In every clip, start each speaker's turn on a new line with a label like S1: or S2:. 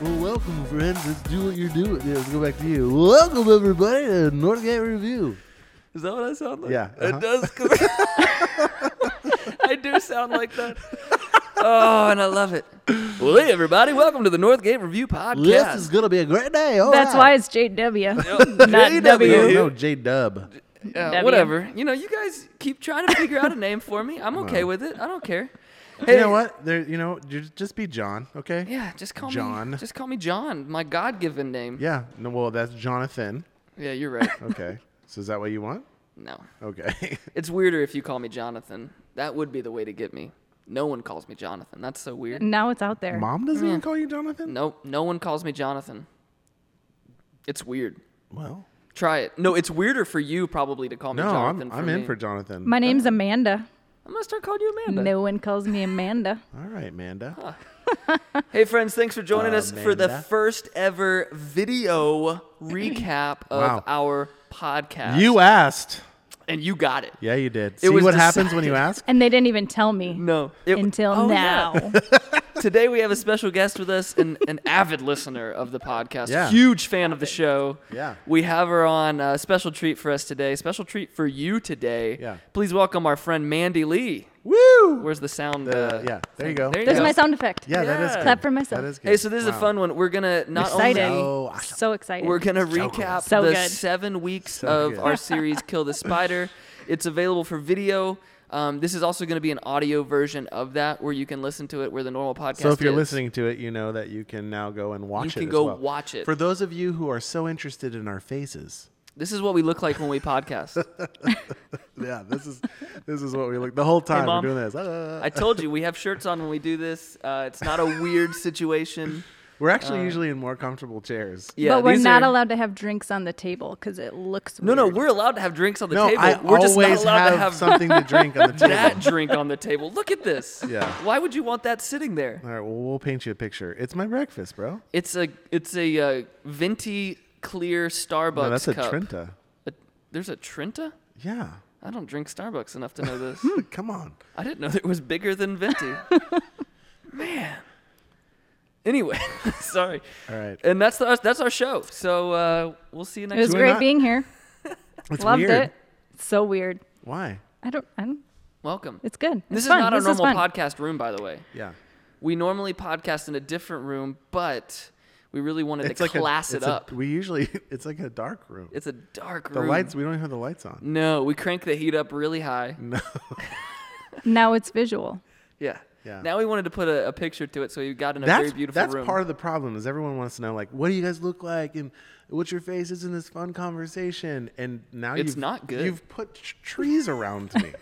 S1: Well, welcome, friends. Let's do what you're doing. Yeah, let's go back to you. Welcome, everybody, to Northgate Review.
S2: Is that what I sound like?
S1: Yeah, uh-huh.
S2: It does. 'cause- I do sound like that. Oh, and I love it. Well, hey, everybody. Welcome to the Northgate Review Podcast.
S1: This is going to be a great day. All
S3: That's why
S1: right.
S3: it's JW.
S1: JW.
S3: Not W.
S1: No, J Dub.
S2: Yeah,
S3: W.
S2: whatever. You know, you guys keep trying to figure out a name for me. I'm okay with it. I don't care. Hey,
S4: You know what? There, you know, ju- just be John, okay?
S2: Yeah, just call me
S4: John.
S2: Just call me John, my God-given name.
S4: Yeah. No, well, that's Jonathan.
S2: Yeah, you're right.
S4: Okay. so is that what you want?
S2: No,
S4: Okay.
S2: it's weirder if you call me Jonathan. That would be the way to get me. No one calls me Jonathan. That's so weird.
S3: Now it's out there.
S4: Mom doesn't even call you Jonathan.
S2: No, no one calls me Jonathan. It's weird.
S4: Well,
S2: Try it. No, it's weirder for you probably to call me
S4: no,
S2: Jonathan.
S4: I'm, I'm in
S2: me.
S4: for Jonathan.
S3: My name's Amanda.
S2: I'm gonna start calling you Amanda.
S3: No one calls me Amanda.
S4: All right, Amanda.
S2: Hey friends, thanks for joining us for the
S4: Oh, Amanda.
S2: first ever video recap of
S4: Wow.
S2: our podcast.
S4: You asked.
S2: and you got it.
S4: Yeah, you did.
S2: It
S4: See
S2: was
S4: what happens when
S2: decided.
S4: you ask?
S3: And they didn't even tell me
S2: No, it-
S3: until
S2: oh, yeah.
S3: now.
S2: Today we have a special guest with us, an, an avid listener of the podcast,
S4: Yeah.
S2: huge fan of the show.
S4: Yeah.
S2: we have her on a special treat for us today. Special treat for you today.
S4: Yeah.
S2: please welcome our friend Mandy Lee.
S4: Woo!
S2: Where's the sound?
S4: The-
S2: uh,
S4: yeah, there you
S2: thing?
S4: go.
S2: There you
S3: There's
S2: go.
S3: my sound effect.
S4: Yeah, that is
S2: Yeah.
S4: good.
S3: Clap for myself.
S4: That is good.
S2: Hey, so this is a
S4: Wow.
S2: fun one. We're gonna not
S3: Excited.
S2: only
S4: Oh, awesome.
S3: So excited.
S2: We're gonna recap
S3: So
S2: the
S3: good.
S2: seven weeks
S4: So
S2: of
S4: good.
S2: our series "Kill the Spider." It's available for video. Um, this is also going to be an audio version of that, where you can listen to it where the normal podcast.
S4: So if you're
S2: is.
S4: listening to it, you know that you can now go and watch it.
S2: can
S4: as
S2: go
S4: well.
S2: watch it.
S4: For those of you who are so interested in our faces.
S2: this is what we look like when we podcast.
S4: Yeah, this is this is what we look the whole time
S2: Mom.
S4: we're doing this. Ah.
S2: I told you we have shirts on when we do this. Uh, it's not a weird situation.
S4: We're actually usually in more comfortable chairs.
S2: uh, Yeah,
S3: but we're
S2: these
S3: not
S2: are-
S3: allowed to have drinks on the table because it looks
S2: No, no,
S3: weird.
S2: we're allowed to have drinks on the
S4: No,
S2: table.
S4: I
S2: we're just not
S4: always
S2: allowed
S4: have,
S2: to have
S4: something to drink on the table.
S2: that drink on the table. Look at this.
S4: Yeah.
S2: Why would you want that sitting there?
S4: All right, well, we'll paint you a picture. It's my breakfast, bro.
S2: It's a it's a uh, venti clear Starbucks
S4: No, that's a
S2: cup.
S4: Trenta.
S2: A- there's a Trinta?
S4: Yeah.
S2: I don't drink Starbucks enough to know this.
S4: Come on.
S2: I didn't know that it was bigger than Venti. Man. Anyway, sorry.
S4: All right.
S2: And that's the, that's our show. So uh, we'll see you next
S3: It was
S4: We're
S3: great
S4: not-
S3: being here.
S4: It's
S3: Loved
S4: weird.
S3: it. So weird.
S4: Why?
S3: I don't. I don't.
S2: Welcome.
S3: It's good.
S2: this
S3: It's
S2: is
S3: fun.
S2: not our
S3: This is
S2: normal
S3: fun.
S2: podcast room, by the way.
S4: Yeah.
S2: We normally podcast in a different room, but we really wanted to
S4: a-
S2: class it
S4: it's a-
S2: up.
S4: we usually it's like a dark room.
S2: it's a dark
S4: the
S2: room.
S4: lights. We don't even have the lights on.
S2: No, we crank the heat up really high.
S3: Now it's visual.
S2: Yeah.
S4: Yeah.
S2: Now we wanted to put a, a picture to it, so you got in a
S4: That's
S2: very beautiful
S4: that's
S2: room.
S4: part of the problem is everyone wants to know like what do you guys look like and what's your faces in this fun conversation and now
S2: It's
S4: you've,
S2: not good.
S4: You've put tr- trees around me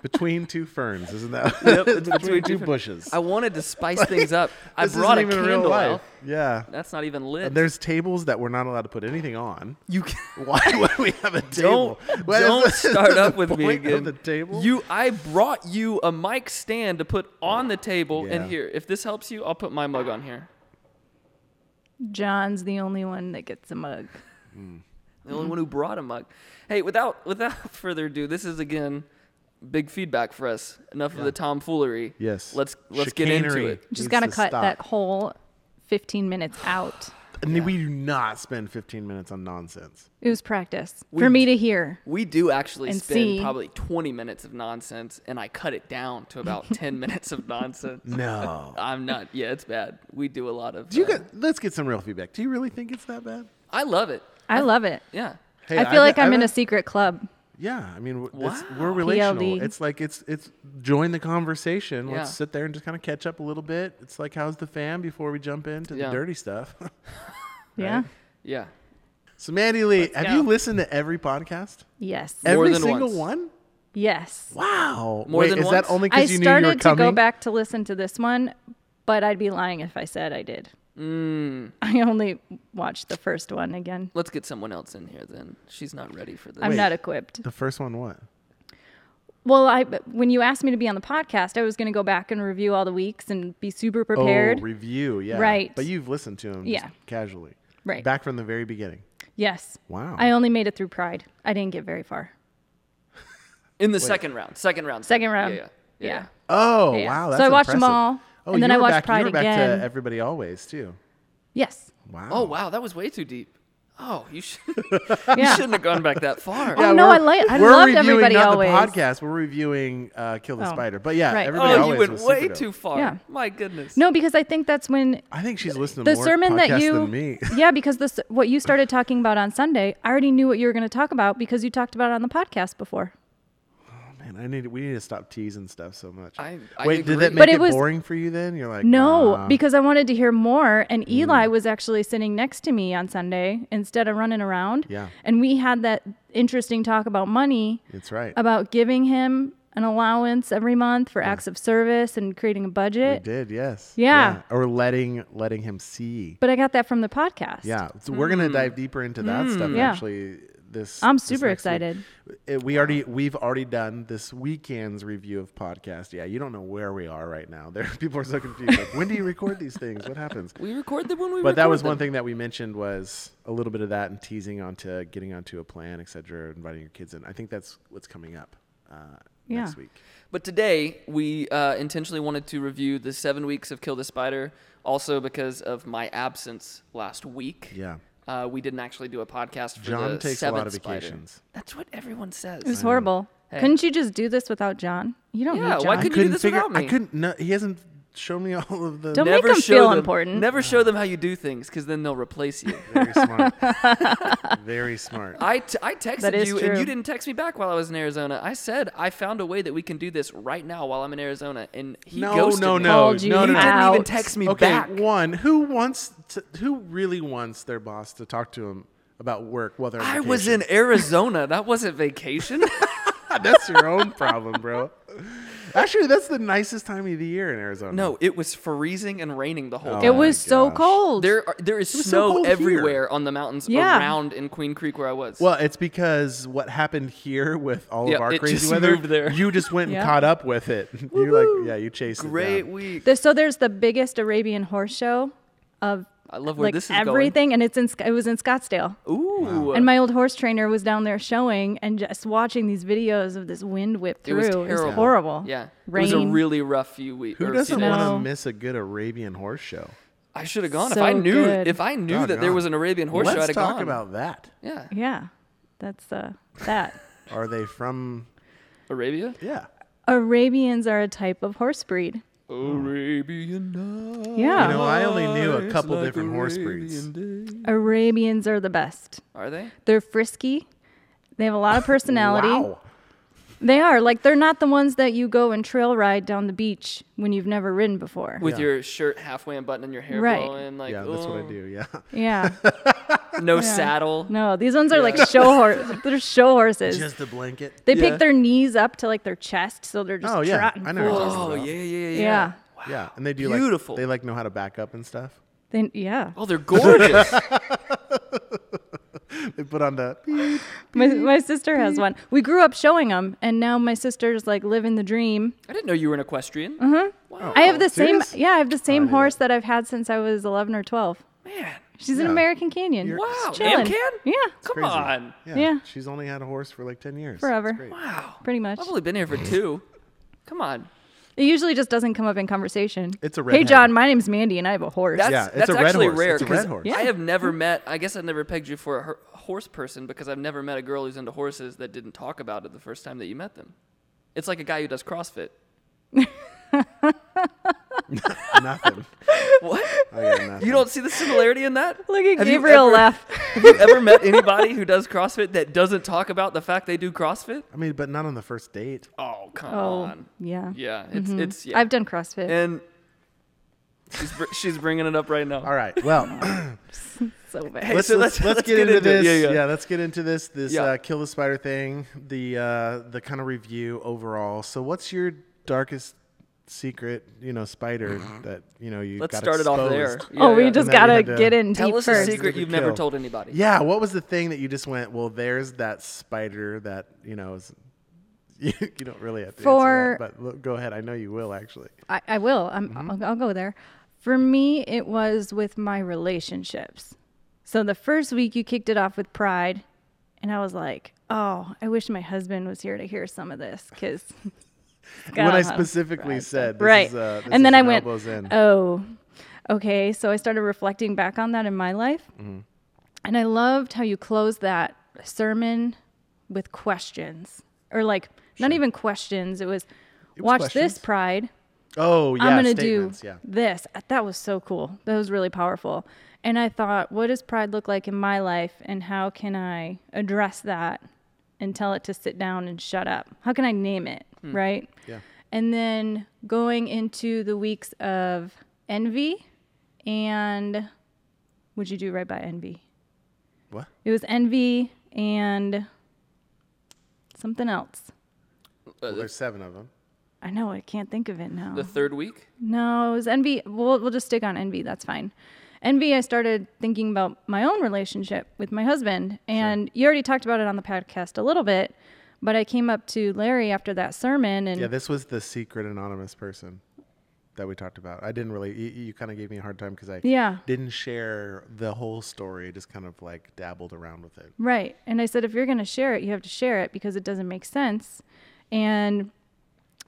S4: between two ferns, isn't that?
S2: Yep, it's
S4: between
S2: between
S4: two
S2: two-
S4: bushes.
S2: I wanted to spice things up. I
S4: This
S2: brought a
S4: isn't even real
S2: candle
S4: life.
S2: out.
S4: Yeah.
S2: That's not even lit.
S4: And there's tables that we're not allowed to put anything on.
S2: you can,
S4: Why would we have a
S2: don't
S4: table? What is
S2: don't
S4: the-
S2: start
S4: the
S2: up with me
S4: point of
S2: again.
S4: The table.
S2: You, I brought you a mic stand to put on the table,
S4: Yeah.
S2: and here, if this helps you, I'll put my mug on here.
S3: John's the only one that gets a mug.
S2: The only one who brought a mug. Hey, without without further ado, this is again big feedback for us. Enough of the tomfoolery.
S4: Yes.
S2: Let's let's get into
S4: Chicanery.
S2: it.
S3: Just
S4: Needs
S3: gotta
S4: to
S3: cut
S4: stop.
S3: that whole 15 minutes out.
S4: And we do not spend 15 minutes on nonsense.
S3: It was practice for me to hear.
S2: We do actually
S3: And
S2: spend
S3: see.
S2: probably 20 minutes of nonsense, and I cut it down to about 10 minutes of nonsense.
S4: No.
S2: I'm not. Yeah, it's bad. We do a lot of.
S4: do you
S2: uh,
S4: get, let's get some real feedback. Do you really think it's that bad?
S2: I love it.
S3: I love it.
S2: Yeah.
S4: Hey,
S3: I feel
S4: I've-
S3: like I'm in a
S4: I've-
S3: secret club.
S4: Yeah, I mean, w- it's,
S2: Wow.
S4: we're relational.
S3: PLD.
S4: It's like it's it's join the conversation. Let's
S2: Yeah.
S4: sit there and just kind of catch up a little bit. It's like how's the fam before we jump into
S2: Yeah.
S4: the dirty stuff.
S3: Yeah.
S2: Yeah.
S4: so Mandy Lee, have
S3: go.
S4: you listened to every podcast?
S3: Yes.
S2: More
S4: every
S2: than
S4: single
S2: once.
S4: one?
S3: Yes.
S4: Wow.
S2: More
S4: Wait,
S2: than
S4: is
S2: once?
S4: that only
S3: I
S4: because you knew you were
S3: started to
S4: coming?
S3: go back to listen to this one, but I'd be lying if I said I did.
S4: Mm.
S3: I only watched the first one again.
S2: Let's get someone else in here then. She's not ready for this.
S3: I'm not equipped.
S4: The first one, what?
S3: Well, I when you asked me to be on the podcast, I was going to go back and review all the weeks and be super prepared.
S4: Oh, review. Yeah.
S3: Right.
S4: But you've listened to them.
S3: Yeah.
S4: Casually.
S3: Right.
S4: Back from the very beginning.
S3: yes.
S4: Wow.
S3: I only made it through Pride. I didn't get very far.
S2: In the second round. Second round.
S3: Second round.
S2: Yeah. Yeah. yeah.
S3: Yeah.
S4: Oh
S3: Yeah.
S4: wow!
S3: So
S4: That's
S3: I watched 'em
S4: impressive.
S3: all,
S4: Oh,
S3: and then
S4: you
S3: I
S4: were
S3: watched
S4: back,
S3: Pride
S4: you were back
S3: again.
S4: to Everybody Always too.
S3: Yes.
S4: Wow.
S2: Oh wow, that was way too deep. Oh, you, should, you
S3: Yeah.
S2: shouldn't have gone back that far.
S3: Yeah. Oh, no,
S4: we're-
S3: I like- I
S4: we're
S3: loved
S4: reviewing
S3: Everybody
S4: not
S3: Always.
S4: the podcast. We're reviewing uh, Kill the
S3: Oh,
S4: Spider. But yeah,
S3: right.
S4: everybody
S2: Oh, you
S4: always
S2: went
S4: was
S2: way
S4: super dope.
S2: too far.
S3: Yeah.
S2: My goodness.
S3: No, because I think that's when
S4: I think she's listening to
S3: the
S4: more
S3: sermon that
S4: podcasts
S3: you
S4: than me.
S3: yeah because this what you started talking about on sunday i already knew what you were going to talk about because you talked about it on the podcast before
S4: Man, I need we need to stop teasing stuff so much.
S2: I- I
S4: Wait, did that
S2: agree.
S4: make
S3: But
S4: it,
S3: it was-
S4: boring for you then? You're like,
S3: no
S4: "Nah."
S3: because i wanted to hear more and
S4: Mm.
S3: eli was actually sitting next to me on sunday instead of running around
S4: Yeah.
S3: and we had that interesting talk about money
S4: it's right.
S3: about giving him an allowance every month for acts of service and creating a
S4: We
S3: budget
S4: did, yes.
S3: Yeah.
S4: Or letting letting him see.
S3: but i got that from the podcast
S4: Yeah. So we're gonna
S2: Mm.
S4: dive deeper into that stuff
S3: Mm, Yeah.
S4: actually. This
S3: I'm
S4: this
S3: super
S4: next week.
S3: excited.
S4: It- we already we've already done this weekend's review of podcast. Yeah, you don't know where we are right now. There, people are so confused. Like, when do you record these things? What happens?
S2: we record them when we.
S4: But that
S2: record
S4: was one
S2: them.
S4: thing that we mentioned was a little bit of that and teasing onto getting onto a plan, et cetera, inviting your kids in. I think that's what's coming up uh,
S3: Yeah.
S4: next week.
S2: But today we uh, intentionally wanted to review the seven weeks of Kill the Spider, also because of my absence last week.
S4: Yeah.
S2: Uh, we didn't actually do a podcast for
S4: John
S2: the
S4: takes a
S2: seventh
S4: lot of
S2: Spider.
S4: vacations.
S2: That's what everyone says.
S3: it was horrible
S2: Hey.
S3: couldn't you just do this without john you don't
S2: Yeah,
S3: need john
S2: why couldn't you do this
S4: figure.
S2: without
S4: I
S2: me?
S4: couldn't. No, he hasn't shown me all of the.
S3: Don't make
S2: never
S3: them
S2: show
S3: feel
S2: them-
S3: important.
S2: Never show them how you do things, because then they'll replace you.
S4: Very smart. Very smart.
S2: I, t- I texted
S3: That is
S2: you and
S3: true.
S2: you didn't text me back while I was in Arizona. I said I found a way that we can do this right now while I'm in Arizona, and he
S4: No,
S2: ghosted
S4: no,
S2: me.
S4: no,
S3: Called you
S4: no, no,
S2: You
S4: no.
S2: didn't even
S3: out.
S2: text me
S4: okay,
S2: back.
S4: one who wants to, who really wants their boss to talk to him about work while they're on
S2: I was
S4: vacation?
S2: in Arizona. That wasn't vacation.
S4: that's your own problem, bro. Actually, that's the nicest time of the year in Arizona.
S2: no, it was freezing and raining the whole
S4: Oh.
S2: time.
S3: it
S4: my
S3: was so
S4: gosh.
S3: cold
S2: There, are, there is
S4: was so
S2: snow
S4: cold here.
S2: everywhere on the mountains
S3: Yeah.
S2: around in Queen Creek where I was.
S4: Well, it's because what happened here with all
S2: Yeah,
S4: of our
S2: it
S4: crazy
S2: just
S4: weather,
S2: moved there.
S4: you just went and
S3: Yeah.
S4: caught up with it. You're like, yeah, you chased
S2: great
S4: it. down.
S2: week.
S3: There- so there's the biggest Arabian horse show of
S2: I love where
S3: like
S2: this is
S3: everything, and it's in Sc- it was in Scottsdale.
S2: going. Ooh,
S3: And my old horse trainer was down there showing and just watching these videos of this wind whip
S2: it
S3: through.
S2: was terrible.
S3: horrible.
S2: Yeah,
S3: rain.
S2: it was a really rough few weeks.
S4: Who doesn't
S3: No.
S4: want to miss a good Arabian horse show?
S2: I should have gone if
S3: So
S2: I knew.
S3: good.
S2: If I knew that there
S4: Doggone.
S2: was an Arabian horse show, I'd
S4: Let's
S2: have
S4: talk
S2: gone.
S4: about that.
S2: yeah,
S3: yeah, that's uh, that.
S4: Are they from?
S2: Arabia.
S4: Yeah.
S3: Arabians are a type of horse breed.
S2: Arabian night.
S3: Yeah,
S4: You know, I only knew a couple
S2: like
S4: different horse breeds.
S2: Arabian day.
S3: Arabians are the best.
S2: Are they?
S3: They're frisky. They have a lot of personality.
S4: Wow.
S3: They are like they're not the ones that you go and trail ride down the beach when you've never ridden before.
S2: With your shirt halfway unbuttoned and your hair
S3: Right.
S2: blowing, like
S4: Yeah, that's what I
S2: "Oh."
S4: do. Yeah.
S3: yeah.
S2: No saddle.
S3: No, these ones are like show horses. They're show horses.
S4: Just a blanket.
S3: they
S2: yeah.
S3: pick their knees up to like their chest, so they're just
S4: Oh, yeah.
S3: trotting.
S4: I know what you're
S3: full.
S4: talking
S2: Oh
S4: about.
S2: yeah, yeah, yeah.
S3: Yeah.
S4: Yeah, and they do
S2: Beautiful.
S4: Like, they like know how to back up and stuff.
S3: They, yeah.
S2: Oh, they're gorgeous.
S4: They put on the.
S3: My, my sister has one. We grew up showing them, and now my sister's like living the dream.
S2: I didn't know you were an equestrian. Wow.
S3: Mm-hmm. I have the
S4: Oh, serious?
S3: same. Yeah, I have the same horse that I've had since I was 11 or 12.
S2: Man,
S3: She's an
S4: Yeah.
S3: American Canyon.
S4: You're-
S2: wow.
S3: Just chilling.
S2: Amcan?
S3: Yeah.
S2: Come
S4: Crazy.
S2: on.
S4: Yeah,
S3: Yeah.
S4: She's only had a horse for like ten years. It's
S3: Forever.
S4: great.
S2: Wow.
S3: Pretty much.
S2: I've only been here for two. Come on.
S3: It usually just doesn't come up in conversation.
S4: It's a
S3: Hey,
S4: redhead.
S3: John, my name's Mandy, and I have a horse.
S2: That's,
S4: Yeah, it's
S2: that's
S4: a red
S2: actually
S4: horse.
S2: rare.
S4: It's a
S2: 'cause
S4: red horse.
S2: I have never met. I guess I've never pegged you for a her- horse person because I've never met a girl who's into horses that didn't talk about it the first time that you met them. It's like a guy who does CrossFit.
S4: Nothing.
S2: What?
S4: I got nothing.
S2: You don't see the similarity in that?
S3: Look at
S2: Have you
S3: Gabriel
S2: ever-
S3: laugh.
S2: Have you ever met anybody who does CrossFit that doesn't talk about the fact they do CrossFit?
S4: I mean, but not on the first date.
S2: Oh come
S3: Oh,
S2: on.
S3: yeah. Mm.
S2: Yeah, it's it's yeah.
S3: I've done CrossFit.
S2: and she's br- she's bringing it up right now.
S4: All right. Well,
S3: so bad.
S2: Hey,
S4: let's,
S2: so
S4: let's, let's
S2: let's- let's
S4: get,
S2: get
S4: into,
S2: into it.
S4: this.
S2: Yeah,
S4: Yeah,
S2: yeah.
S4: let's get into this. This
S2: Yeah.
S4: uh, kill the spider thing. The uh, the kind of review overall. So, what's your darkest secret? You know, spider that you know you
S2: Mm-hmm. Let's
S4: got
S2: start it off there.
S4: exposed?
S2: Yeah,
S3: Oh, we
S2: yeah.
S4: And then
S3: just
S4: we
S3: gotta
S4: had to-
S3: get in
S2: tell
S3: deep
S2: us
S3: first.
S2: a secret
S4: Secret
S2: you've never
S4: kill.
S2: told anybody.
S4: Yeah, what was the thing that you just went? Well, there's that spider that you know is. You, you don't really have to answer
S3: For-
S4: that, but look, go ahead. I know you will actually.
S3: I, I will. i
S4: Mm-hmm.
S3: I'll, I'll go there. For me, it was with my relationships. So the first week you kicked it off with pride, and I was like, "Oh, I wish my husband was here to hear some of this." Because
S4: when I specifically said, this
S3: right,
S4: is, uh, this
S3: and then
S4: is
S3: I
S4: an
S3: went,
S4: elbows in.
S3: "Oh, Okay, so I started reflecting back on that in my life.
S4: Mm-hmm.
S3: And I loved how you closed that sermon with questions, or like not even questions. It was,
S4: was
S3: watch
S4: questions.
S3: this pride.
S4: Oh, yeah.
S3: I'm going to do
S4: statements. Yeah.
S3: this. That was so cool. That was really powerful. And I thought, what does pride look like in my life? And how can I address that and tell it to sit down and shut up? How can I name it? Right.
S4: Hmm. Yeah.
S3: And then going into the weeks of envy and what'd you do right by envy?
S4: What?
S3: It was envy and something else.
S4: Well, there's seven of them.
S3: I know, I can't think of it now.
S2: Uh, The third week?
S3: No, it was envy. We'll, we'll just stick on envy. That's fine. Envy, I started thinking about my own relationship with my husband. And you already talked about it on the podcast a little bit, but I came up to Larry after that sermon and
S4: Yeah, this was the secret anonymous person that we talked about. I didn't really. You, you kind of gave me a hard time because I
S3: Yeah.
S4: didn't share the whole story. Just kind of like dabbled around with it.
S3: Right. And I said, if you're going to share it, you have to share it because it doesn't make sense. And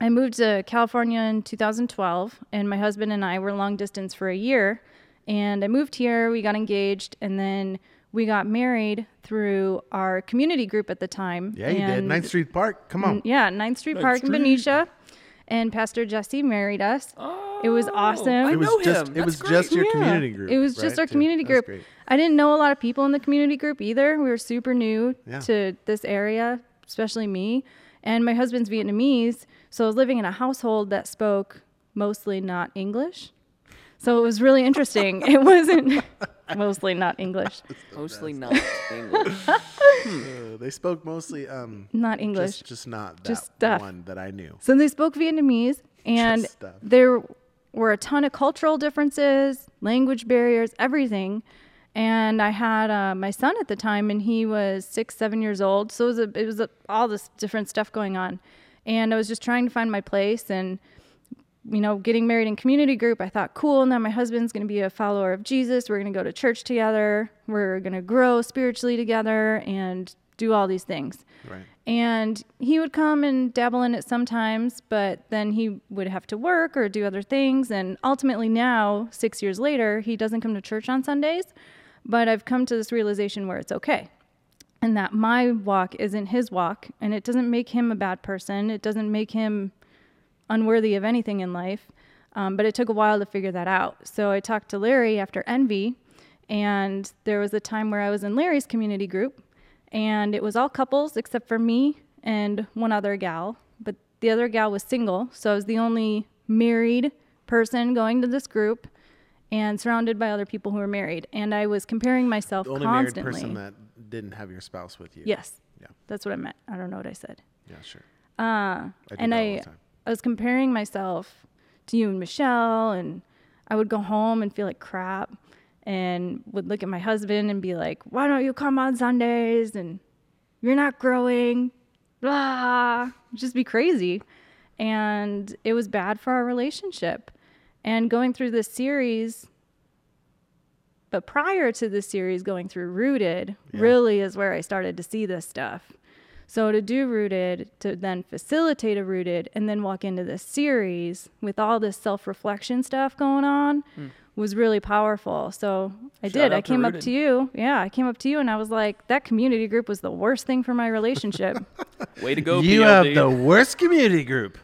S3: I moved to California in 2012, and my husband and I were long distance for a year. And I moved here, we got engaged, and then we got married through our community group at the time.
S4: Yeah, you did.
S3: And- Mm,
S4: Ninth Street Park. Come on.
S3: Yeah, Ninth Street
S2: Ninth
S3: Park in
S2: Street.
S3: Benicia. And Pastor Jesse married us. it was
S2: Oh,
S3: awesome.
S2: I
S4: it was
S2: know
S4: just.
S2: him.
S4: It was
S2: That's
S4: just your
S3: Yeah.
S4: community group.
S3: It was just
S4: right,
S3: our
S4: too?
S3: community
S4: That's
S3: group.
S4: great.
S3: I didn't know a lot of people in the community group either. We were super new
S4: Yeah.
S3: to this area, especially me. And my husband's Vietnamese, so I was living in a household that spoke mostly not English. So it was really interesting. it wasn't mostly not English.
S2: Mostly not English.
S4: Uh, they spoke mostly um,
S3: Not English.
S4: Just, just not that
S3: Just stuff.
S4: one that I knew.
S3: So they spoke Vietnamese, and
S4: Just stuff.
S3: there were a ton of cultural differences, language barriers, everything. And I had uh, my son at the time, and he was six, seven years old. So it was, a, it was a, all this different stuff going on. And I was just trying to find my place and, you know, getting married in community group. I thought, cool, now my husband's going to be a follower of Jesus. We're going to go to church together. We're going to grow spiritually together and do all these things.
S4: Right.
S3: And he would come and dabble in it sometimes, but then he would have to work or do other things. And ultimately, now, six years later, he doesn't come to church on Sundays. But I've come to this realization where it's okay and that my walk isn't his walk. And it doesn't make him a bad person, it doesn't make him unworthy of anything in life. Um, but it took a while to figure that out. So I talked to Larry after Envy, and there was a time where I was in Larry's community group, and it was all couples except for me and one other gal. But the other gal was single, so I was the only married person going to this group and surrounded by other people who were married. And I was comparing myself
S4: The only
S3: constantly.
S4: married person that didn't have your spouse with you.
S3: yes,
S4: Yeah.
S3: that's what I meant. I don't know what I said.
S4: Yeah. Sure.
S3: Uh,
S4: I do
S3: and
S4: that all
S3: I,
S4: the time.
S3: I was comparing myself to you and Michelle, and I would go home and feel like crap, and would look at my husband and be like, "Why don't you come on Sundays?" and "You're not growing," blah, just be crazy, and it was bad for our relationship. And going through this series, but prior to this series, going through Rooted really is where I started to see this stuff. So to do Rooted, to then facilitate a Rooted, and then walk into this series with all this self reflection stuff going on was really powerful. So I
S2: Hmm. Shout
S3: did.
S2: out
S3: I
S2: to
S3: came up
S2: Rooted.
S3: to you. Yeah, I came up to you and I was like, that community group was the worst thing for my relationship.
S2: Way to go,
S4: you
S2: PLD.
S4: have the worst community group.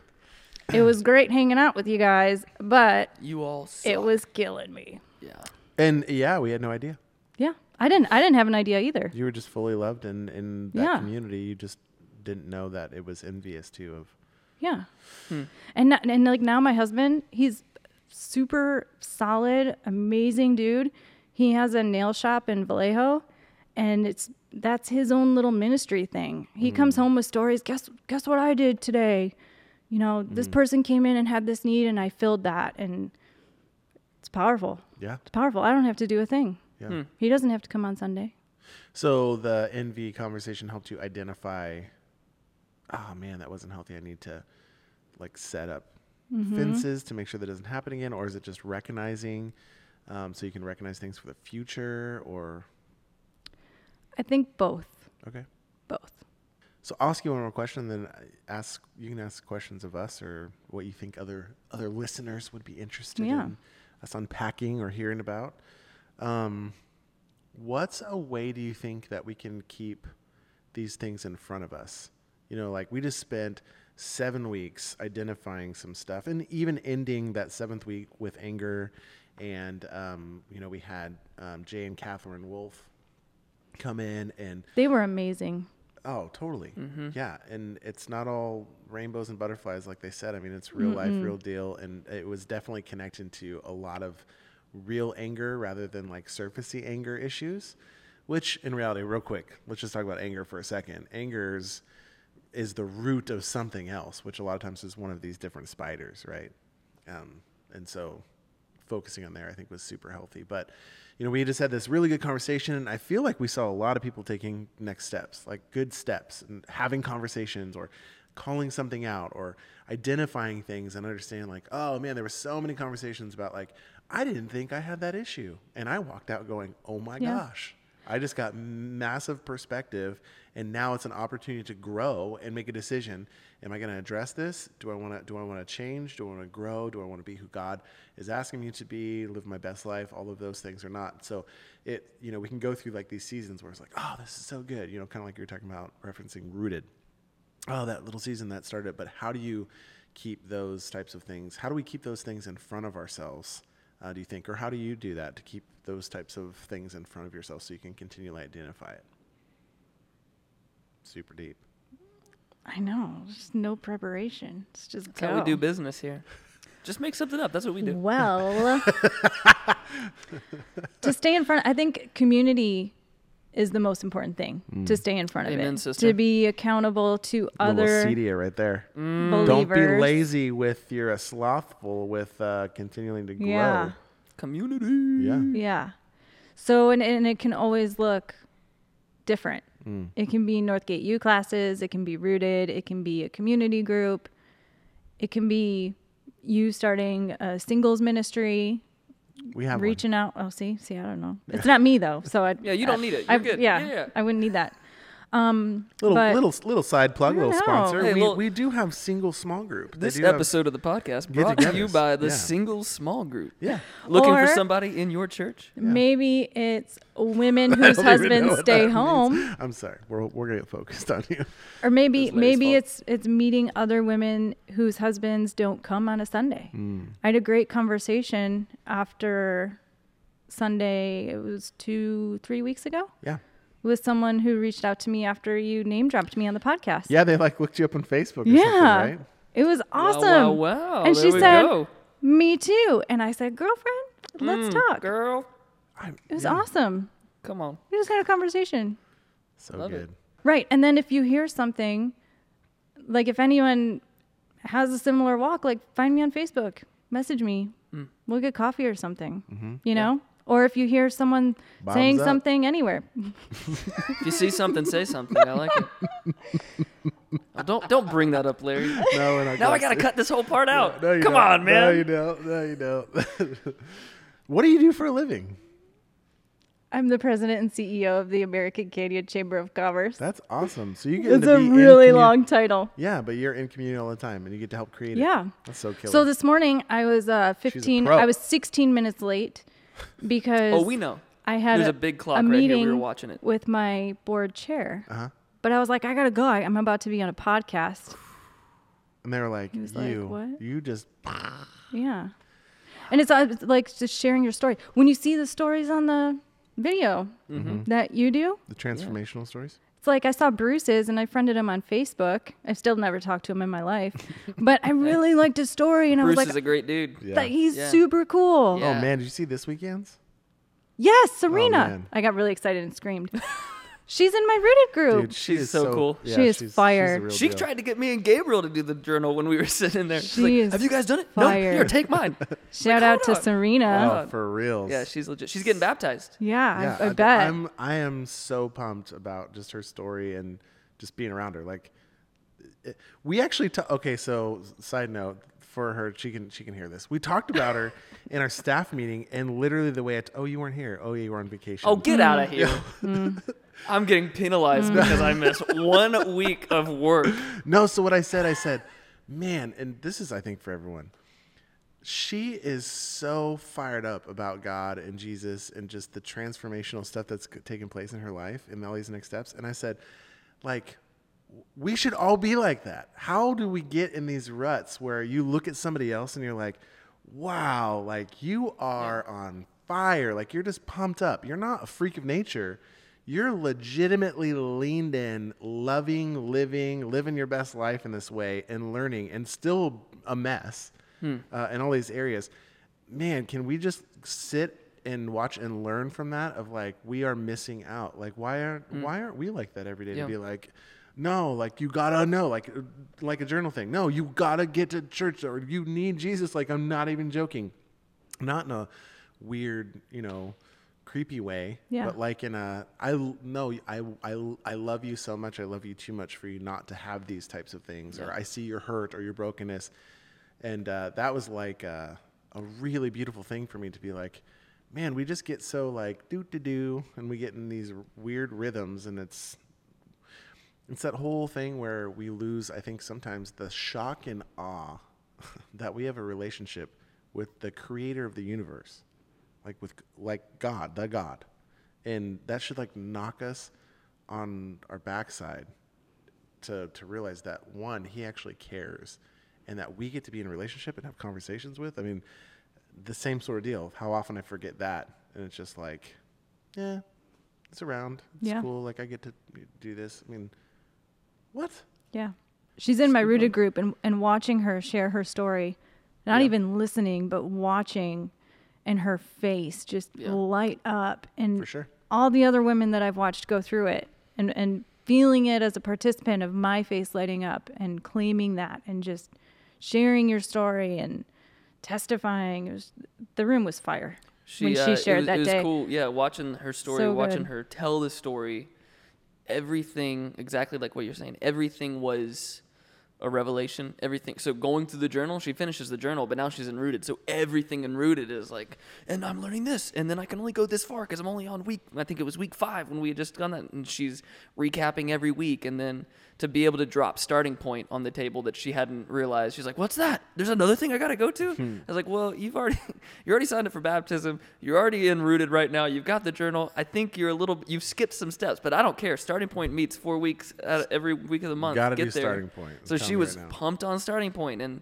S3: it was great hanging out with you guys, but
S2: you all suck.
S3: it was killing me.
S2: yeah.
S4: And yeah, we had no idea.
S3: Yeah. I didn't I didn't have an idea either.
S4: You were just fully loved, and in that
S3: Yeah.
S4: community, you just didn't know that it was envious too of.
S3: Yeah. And no- and like now my husband, he's super solid, amazing dude. He has a nail shop in Vallejo and it's that's his own little ministry thing. He comes home with stories, guess guess what I did today? You know, this person came in and had this need and I filled that and it's powerful.
S4: Yeah.
S3: It's powerful. I don't have to do a thing.
S4: Yeah.
S3: He doesn't have to come on Sunday.
S4: So the envy conversation helped you identify. Oh man, that wasn't healthy. I need to, like, set up fences to make sure that doesn't happen again, or is it just recognizing, um, so you can recognize things for the future, or
S3: I think both.
S4: okay.
S3: Both.
S4: So I'll ask you one more question, then I- ask you can ask questions of us or what you think other other listeners would be interested
S3: Yeah.
S4: in. us unpacking or hearing about. Um, what's a way do you think that we can keep these things in front of us? You know, like we just spent seven weeks identifying some stuff and even ending that seventh week with anger. And, um, you know, we had um, Jay and Catherine Wolf come in and
S3: They were amazing.
S4: Oh, totally. Yeah, and it's not all rainbows and butterflies, like they said. I mean, it's real life, real deal, and it was definitely connecting to a lot of real anger rather than like surfacey anger issues. Which, in reality, real quick, let's just talk about anger for a second. Anger's is the root of something else, which a lot of times is one of these different spiders, right? Um, and so focusing on there, I think was super healthy. But you know, we just had this really good conversation, and I feel like we saw a lot of people taking next steps, like good steps, and having conversations or calling something out or identifying things and understanding like oh man there were so many conversations about like i didn't think i had that issue and i walked out going oh my
S3: Yeah.
S4: gosh I just got massive perspective, and now it's an opportunity to grow and make a decision. Am I going to address this? Do I want to? Do I want to change? Do I want to grow? Do I want to be who God is asking me to be? Live my best life? All of those things or not. So, it you know we can go through like these seasons where it's like, oh, this is so good. You know, kind of like you were talking about referencing rooted. Oh, that little season that started. But how do you keep those types of things? How do we keep those things in front of ourselves? Uh, do you think, or how do you do that to keep those types of things in front of yourself so you can continually identify it? Super deep.
S3: I know. Just no preparation. It's just
S2: That's how we do business here. Just make something up. That's what we
S3: Mm.
S2: do.
S3: Well, to stay in front, I think community is the most important thing to stay in front of
S2: Amen,
S3: it.
S2: sister.
S3: To be accountable to
S4: Mm. Little
S3: other Mm.
S4: Acedia right there.
S3: believers.
S4: Don't be lazy with your uh, slothful with uh, continuing to grow.
S3: Yeah. Mm.
S2: Community.
S4: Yeah.
S3: Yeah. So and and it can always look different.
S4: Mm.
S3: It can be Northgate U classes, it can be rooted, it can be a community group. It can be you starting a singles ministry,
S4: We have one.
S3: reaching out. Oh, see, see, I don't know. It's not me though, so I.
S2: Yeah, you don't need it. You're
S3: I,
S2: good.
S3: Yeah,
S2: Yeah, yeah.
S3: I wouldn't need that. Um,
S4: Little,
S3: but
S4: little, little side plug,
S3: don't
S4: little
S3: know.
S4: sponsor.
S2: Hey,
S4: we,
S2: little-
S4: we do have single small group. They
S2: This
S4: do have-
S2: episode of the podcast brought to you
S4: togethers.
S2: by the
S4: Yeah.
S2: single small group.
S4: yeah.
S2: Looking for
S3: Or-
S2: somebody in your church?
S3: maybe it's women
S4: I
S3: whose
S4: don't even know
S3: husbands
S4: what
S3: stay
S4: that
S3: home.
S4: means. I'm sorry. We're, we're going to get focused on you.
S3: or maybe
S2: Those ladies
S3: maybe
S2: fall.
S3: it's it's meeting other women whose husbands don't come on a Sunday.
S4: Hmm.
S3: I had a great conversation after Sunday. It was two three weeks ago
S4: Yeah.
S3: with someone who reached out to me after you name dropped me on the podcast.
S4: Yeah, they like looked you up on Facebook or something,
S3: yeah,
S4: right?
S3: it was awesome.
S2: Wow, wow, wow.
S3: And
S2: there
S3: she
S2: we
S3: said,
S2: go.
S3: "Me too." And I said, "Girlfriend, let's talk."
S2: Mm, Girl,
S4: I,
S3: It was awesome.
S2: come on.
S3: We just had a conversation.
S4: so
S2: Love it.
S4: good.
S3: Right. And then if you hear something, like if anyone has a similar walk, like find me on Facebook, message me,
S2: Mm.
S3: we'll get coffee or something, you know? Or if you hear someone
S4: Mm-hmm. Bottoms
S3: saying
S4: up.
S3: something anywhere,
S2: If you see something, say something. I like it. Oh, don't don't bring that up, Larry.
S4: No, we're not
S2: Now I
S4: gonna-
S2: gotta cut this whole part out.
S4: No, you
S2: Come
S4: don't.
S2: on, man.
S4: No, you don't. No, you don't. what do you do for a living?
S3: I'm the president and CEO of the American Canadian Chamber of Commerce.
S4: That's awesome. So you get
S3: It's
S4: to
S3: a
S4: be in
S3: really
S4: commu-
S3: long title.
S4: Yeah, but you're in community all the time, and you get to help create it.
S3: Yeah.
S4: that's so killer.
S3: So this morning I was uh, 15,
S4: pro.
S3: I was 16 minutes late because
S2: Oh, we know.
S3: I had
S2: There's a big clock
S3: a
S2: right here. We were
S3: meeting
S2: watching it.
S3: with my board chair.
S4: uh-huh.
S3: But I was like, I gotta go. I, I'm about to be on a podcast.
S4: And they were like,
S3: was like,
S4: "You,
S3: "What?"
S4: you just
S3: Yeah. And it's, uh, it's like just sharing your story. When you see the stories on the video
S2: Mm-hmm.
S3: that you do,
S4: the transformational stories."
S3: it's like I saw Bruce's and I friended him on Facebook. I've still never talked to him in my life, but I really liked his story and
S2: Bruce
S3: I was
S2: is
S3: like,
S2: a great dude.
S4: Yeah.
S3: like, he's
S2: Yeah.
S3: super cool.
S2: Yeah.
S4: Oh man, did you see this weekend's?
S3: Yes, Serena.
S4: Oh, man.
S3: I got really excited and screamed. She's in my rooted group.
S4: Dude, she
S2: She's
S4: is
S2: so cool.
S4: yeah,
S3: She is
S4: she's- she's the
S3: fire.
S4: real
S2: She
S4: deal.
S2: tried to get me and Gabriel to do the journal when we were sitting there. She's
S3: She
S2: like,
S3: is
S2: Have you guys done it? No.
S3: fire.
S2: Here, take mine.
S3: Shout out to
S2: hold on.
S3: Serena.
S4: Oh, for reals.
S2: Yeah, she's legit. She's getting baptized.
S3: yeah,
S4: Yeah,
S3: I, I bet.
S4: I'm I am so pumped about just her story and just being around her. Like, it- we actually ta- okay. So side note for her, she can she can hear this. We talked about her in our staff meeting, and literally the way it. Oh, you weren't here. Oh, yeah, you were on vacation.
S2: Oh,
S3: Mm.
S2: get out of here. I'm getting penalized because I missed one week of work.
S4: No, so what I said, I said, man, and this is, I think, for everyone. She is so fired up about God and Jesus and just the transformational stuff that's c- taking place in her life in Melly's Next Steps. And I said, like, w- we should all be like that. How do we get in these ruts where you look at somebody else and you're like, wow, like you are on fire. Like you're just pumped up. You're not a freak of nature. You're legitimately leaned in, loving, living, living your best life in this way and learning and still a mess uh, in all these areas. Man, can we just sit and watch and learn from that of like we are missing out. Like why aren't why aren't we like that every day
S2: Yeah.
S4: to be like no, like you gotta know, like uh, like a journal thing. No, you gotta get to church or you need Jesus. Like I'm not even joking, not in a weird, you know, creepy way,
S3: Yeah.
S4: but like in a I l- no, I I I love you so much. I love you too much for you not to have these types of things, or I see your hurt or your brokenness, and uh, that was like a, a really beautiful thing for me to be like. Man, we just get so like do do do, and we get in these weird rhythms, and it's it's that whole thing where we lose, I think, sometimes the shock and awe that we have a relationship with the creator of the universe, like with like God, the God, and that should like knock us on our backside to to realize that one, he actually cares, and that we get to be in a relationship and have conversations with. I mean, the same sort of deal. of How often I forget that, and it's just like, yeah, it's around, it's
S3: Yeah.
S4: cool. Like I get to do this. I mean, what?
S3: Yeah. She's in my rooted group and, and watching her share her story, not even listening, but watching and her face just
S2: Yeah.
S3: light up and
S4: For sure.
S3: all the other women that I've watched go through it and, and feeling it as a participant of my face lighting up and claiming that and just sharing your story and testifying. It was, the room was fire when she
S2: uh, it
S3: shared
S2: was,
S3: that
S2: it was
S3: day.
S2: cool. Yeah, watching her story,
S3: So
S2: watching
S3: good.
S2: her tell the story, everything exactly like what you're saying. Everything was a revelation. Everything. So going through the journal, she finishes the journal, but now she's enrooted. So everything enrooted is like, and I'm learning this, and then I can only go this far because I'm only on week. I think it was week five when we had just done that, and she's recapping every week, and then to be able to drop starting point on the table that she hadn't realized. She's like, "What's that? There's another thing I gotta go to." I was like, "Well, you've already you already signed up for baptism. You're already enrooted right now. You've got the journal. I think you're a little you've skipped some steps, but I don't care. Starting point meets four weeks out of every week of the month.
S4: gotta
S2: Get
S4: do
S2: there.
S4: starting point. I'm
S2: So
S4: telling
S2: she
S4: you
S2: was
S4: right now.
S2: pumped on starting point and.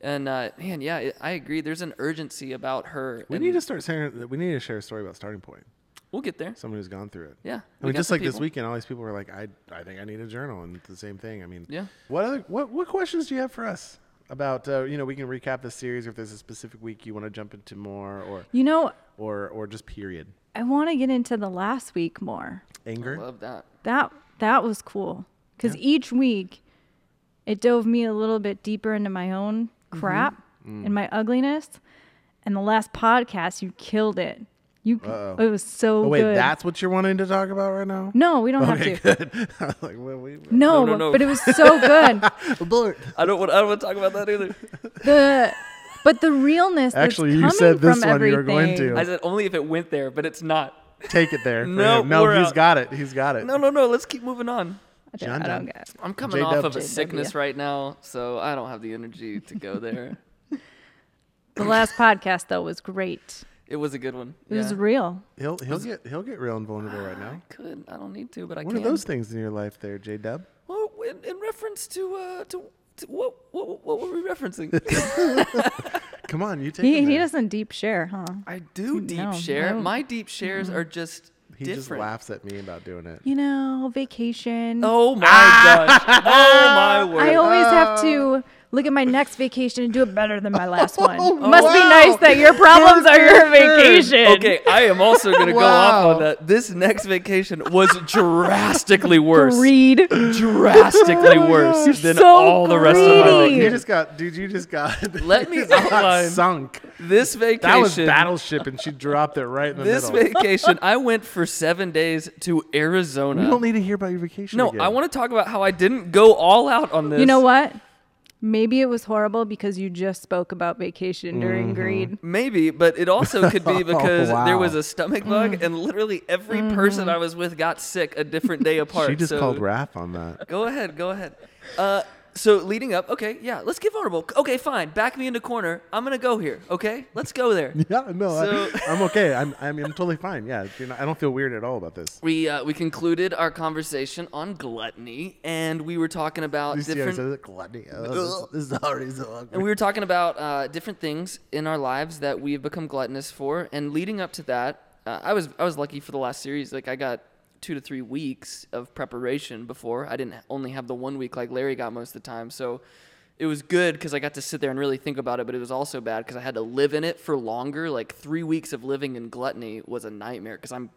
S2: And uh, man, yeah, I- I agree. There's an urgency about her.
S4: We
S2: and
S4: need to start sharing. We need to share a story about starting point.
S2: We'll get there.
S4: Someone who's gone through it.
S2: Yeah,
S4: I
S2: we
S4: mean,
S2: got
S4: just
S2: some
S4: like this
S2: people.
S4: weekend, all these people were like, "I, I think I need a journal," and it's the same thing. I mean,
S2: Yeah.
S4: What other what what questions do you have for us about? Uh, you know, we can recap the series or if there's a specific week you want to jump into more, or
S3: You know,
S4: or or just period.
S3: I want to get into the last week more.
S4: Anger.
S2: Love that.
S3: that that was cool because each week it dove me a little bit deeper into my own crap
S4: Mm.
S3: and my ugliness and the last podcast you killed it you it was so
S4: oh wait,
S3: good
S4: that's what you're wanting to talk about right now.
S3: no we don't
S4: Okay,
S3: have to
S4: good. I was like, well, we,
S2: No,
S3: no,
S2: no, no.
S3: but it was so good
S1: Abort.
S2: I don't want. I don't want to talk about that either.
S3: the but the realness that's
S4: Actually, you
S3: coming
S4: said this
S3: from
S4: one you were going
S3: everything-
S4: to.
S2: I said only if it went there, but it's not.
S4: take it there. for
S2: Nope,
S4: him. no,
S2: we're
S4: he's
S2: out.
S4: got it. He's got it.
S2: No, no, no. Let's keep moving on.
S3: I don't-
S4: John
S3: I
S4: Donne.
S3: don't get it.
S2: I'm coming
S4: JW.
S2: off of a
S3: JW.
S2: sickness right now, so I don't have the energy to go there.
S3: the last podcast though was great
S2: it was a good one.
S3: it was
S2: Yeah.
S3: real
S4: He'll he'll get he'll get real and vulnerable right now.
S2: I could. I don't need to, but I
S4: What
S2: can.
S4: are those things in your life, there, J Dub?
S2: Well, in, in reference to uh, to, to what, what what were we referencing?
S4: Come on, you take.
S3: he,
S4: him
S3: he
S4: there.
S3: doesn't deep share huh
S2: I do deep
S3: No,
S2: share.
S3: no.
S2: My deep shares are just
S4: He
S2: different.
S4: just laughs at me about doing it.
S3: you know vacation
S2: Oh my gosh! Oh my word!
S3: Ah! I always have to look at my next vacation and do it better than my last one.
S1: Oh,
S3: Must be
S1: wow.
S3: nice that your problems are your vacation.
S2: Okay, I am also going to go off
S1: Wow.
S2: on that. This next vacation was drastically worse.
S3: Greed.
S2: Drastically worse
S3: You're
S2: than
S3: so
S2: all the rest of my
S3: greedy.
S2: vacation.
S4: You just got, dude. You just got.
S2: Let me
S4: you just got
S2: outline.
S4: sunk.
S2: This vacation.
S4: That was battleship, and she dropped it right in the
S2: This
S4: middle.
S2: vacation, I went for seven days to Arizona.
S4: we don't need to hear about your vacation.
S2: no,
S4: again.
S2: I want to talk about how I didn't go all out on this.
S3: You know what? Maybe it was horrible because you just spoke about vacation during
S2: Mm-hmm.
S3: greed.
S2: Maybe, but it also could be because there was
S4: Oh, wow.
S2: a stomach bug, and literally every person I was with got sick a different day apart.
S4: She just
S2: so
S4: called Raph on that.
S2: Go ahead, go ahead. Uh, So leading up, okay, yeah, let's get vulnerable. Okay, fine. Back me into corner. I'm gonna go here. Okay, let's go there.
S4: Yeah, no,
S2: So-
S4: I, I'm okay. I'm, I'm I'm totally fine. Yeah, you're not, I don't feel weird at all about this.
S2: We uh, we concluded our conversation on gluttony, and we were talking about
S1: You see how he
S2: different.
S1: says it? Gluttony. Oh, this, this is already so awkward.
S2: And we were talking about uh, different things in our lives that we've become gluttonous for. And leading up to that, uh, I was I was lucky for the last series. Like I got two to three weeks of preparation before. I didn't only have the one week like Larry got most of the time. So it was good because I got to sit there and really think about it. But it was also bad because I had to live in it for longer. Like three weeks of living in gluttony was a nightmare because I'm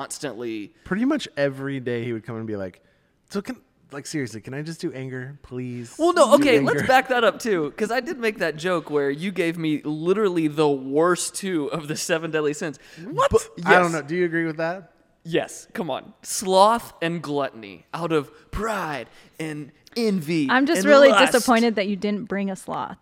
S2: constantly.
S4: Pretty much every day he would come and be like, "So can like seriously, can I just do anger, please?"
S2: Well, no,
S4: Do
S2: okay,
S4: anger."
S2: let's back that up too, because I did make that joke where you gave me literally the worst two of the seven deadly sins. What?
S4: But I
S2: Yes.
S4: don't know. Do you agree with that?
S2: Yes, come on. Sloth and gluttony out of pride and envy.
S3: I'm just
S2: and
S3: really
S2: lust.
S3: disappointed that you didn't bring a sloth.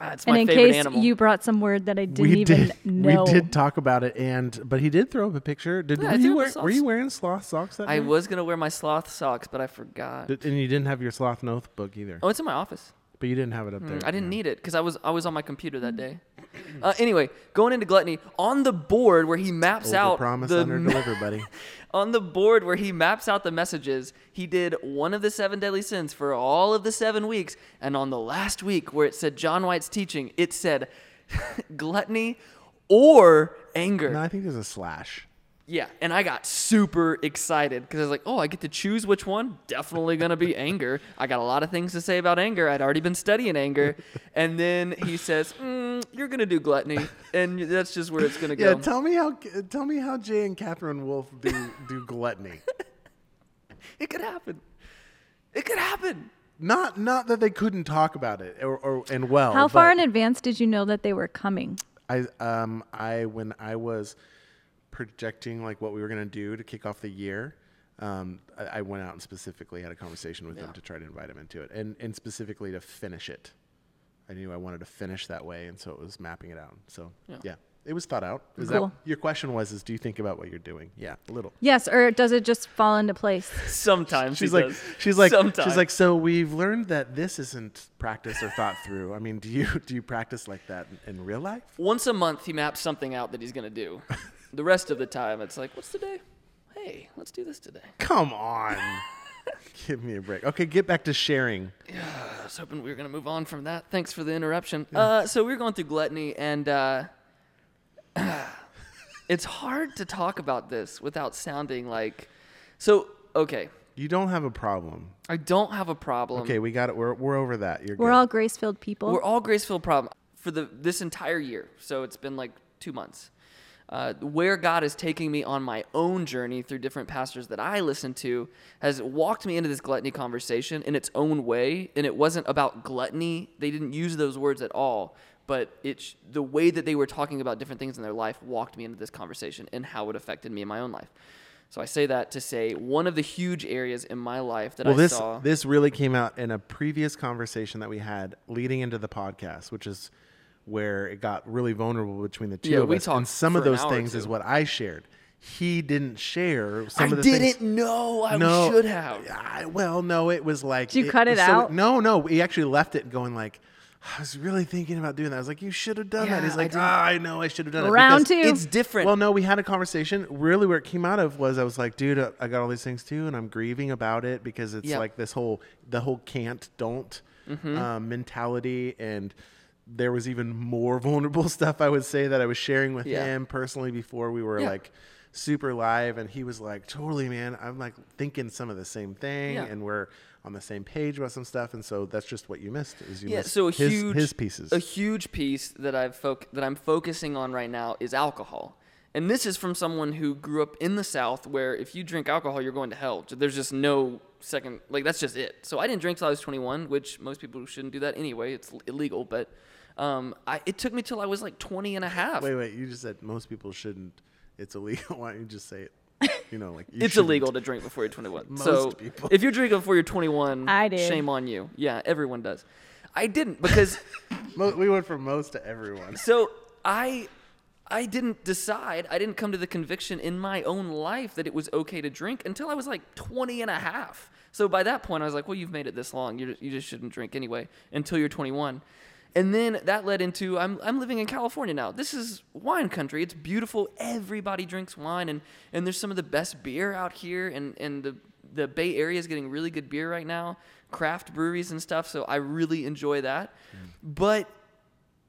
S2: Ah, it's
S3: and
S2: my
S3: in
S2: favorite
S3: case
S2: animal.
S3: you brought some word that I didn't
S4: we
S3: even
S4: did.
S3: know.
S4: We did talk about it, and but he did throw up a picture. Did
S2: Yeah, I
S4: were,
S2: threw
S4: you
S2: up
S4: wear,
S2: the
S4: were you
S2: socks.
S4: wearing sloth socks that
S2: I
S4: night?
S2: was gonna wear my sloth socks, but I forgot.
S4: Did- and you didn't have your sloth notebook either,
S2: Oh, it's in my office.
S4: but you didn't have it up there.
S2: I didn't need it because I was I was on my computer that day. Uh, anyway, going into gluttony on the board where he maps out
S4: promise
S2: the
S4: under deliver, buddy.
S2: on the board where he maps out the messages, he did one of the seven deadly sins for all of the seven weeks. And on the last week, where it said John White's teaching, it said gluttony or anger.
S4: No, I think there's a slash.
S2: Yeah. And I got super excited because I was like, oh, I get to choose which one? Definitely going to be anger. I got a lot of things to say about anger. I'd already been studying anger. And then he says, mm, you're going to do gluttony. And that's just where it's going to go.
S4: Yeah, tell me how tell me how Jay and Catherine Wolf do do gluttony.
S2: it could happen. It could happen.
S4: Not not that they couldn't talk about it or, or and well.
S3: How far
S4: but
S3: in advance did you know that they were coming?
S4: I um I when I was projecting like what we were gonna do to kick off the year, um I, I went out and specifically had a conversation with them to try to invite them into it and and specifically to finish it. I knew I wanted to finish that way, and so it was mapping it out. So yeah, it was thought out. Is
S3: Cool.
S4: that your question? Was is do you think about what you're doing? Yeah, a little.
S3: Yes, or does it just fall into place?
S2: Sometimes
S4: She's
S2: he
S4: like,
S2: does.
S4: she's like,
S2: Sometimes.
S4: she's like. So we've learned that this isn't practice or thought through. I mean, do you do you practice like that in real life?
S2: once a month he maps something out that he's gonna do. the rest of the time it's like, what's today? Hey, let's do this today.
S4: Come on, give me a break. Okay, get back to sharing.
S2: I was hoping we were gonna move on from that. Thanks for the interruption. Uh, so we were going through gluttony, and uh, it's hard to talk about this without sounding like. So okay,
S4: You don't have a problem.
S2: I don't have a problem.
S4: Okay, we got it. We're we're over that. You're
S3: We're
S4: good.
S3: all grace filled people.
S2: We're all Gracefield problem for the this entire year. So it's been like two months. Uh, where God is taking me on my own journey through different pastors that I listen to has walked me into this gluttony conversation in its own way, and it wasn't about gluttony. They didn't use those words at all, but it's the way that they were talking about different things in their life walked me into this conversation and how it affected me in my own life. So I say that to say one of the huge areas in my life that
S4: well,
S2: I
S4: this
S2: saw.
S4: this really came out in a previous conversation that we had leading into the podcast, which is where it got really vulnerable between the two
S2: Yeah,
S4: of
S2: we
S4: us. And
S2: talked
S4: some of
S2: for an
S4: those
S2: hour or
S4: things
S2: two.
S4: is what I shared. He didn't share some
S2: I
S4: of the
S2: didn't
S4: things.
S2: know I
S4: no,
S2: should have.
S4: I, well, no, it was like.
S3: Did you cut it out?
S4: No, no, we actually left it going like. I was really thinking about doing that. I was like, "You should have done that."
S2: Yeah,
S4: He's like,
S2: I
S4: "Ah, I know, I should have done it."
S3: Round
S4: because
S3: two.
S2: It's different.
S4: Well, no, we had a conversation. Really, where it came out of was I was like, "Dude, uh, I got all these things too, and I'm grieving about it because it's
S2: Yeah. Mm-hmm.
S4: like this whole the whole can't don't um, mentality." And there was even more vulnerable stuff I would say that I was sharing with
S2: Yeah.
S4: him personally before we were
S2: Yeah.
S4: like super live and he was like totally man i'm like thinking some of the same thing
S2: Yeah.
S4: and we're on the same page about some stuff and so that's just what you missed is you
S2: yeah,
S4: missed
S2: so a
S4: his,
S2: huge
S4: his pieces
S2: A huge piece that I've foc- that I'm focusing on right now is alcohol. And this is from someone who grew up in the South where if you drink alcohol you're going to hell. There's just no second like that's just it. So I didn't drink till I was 21, which most people shouldn't do that anyway. It's illegal, but um, I, it took me till I was like 20 and a half.
S4: Wait, wait. You just said most people shouldn't. It's illegal. Why don't you just say it? You know, like you
S2: it's
S4: shouldn't.
S2: illegal to drink before you're 21.
S4: Most
S2: so
S4: people.
S2: if you're drinking before you're 21,
S3: I did.
S2: shame on you. Yeah, everyone does. I didn't because
S4: Mo- we went from most to everyone.
S2: so I I didn't decide, I didn't come to the conviction in my own life that it was okay to drink until I was like 20 and a half. So by that point, I was like, well, you've made it this long. You you just shouldn't drink anyway until you're 21. And then that led into I'm I'm living in California now. This is wine country. It's beautiful. Everybody drinks wine, and and there's some of the best beer out here, and and the the Bay Area is getting really good beer right now, craft breweries and stuff. So I really enjoy that. But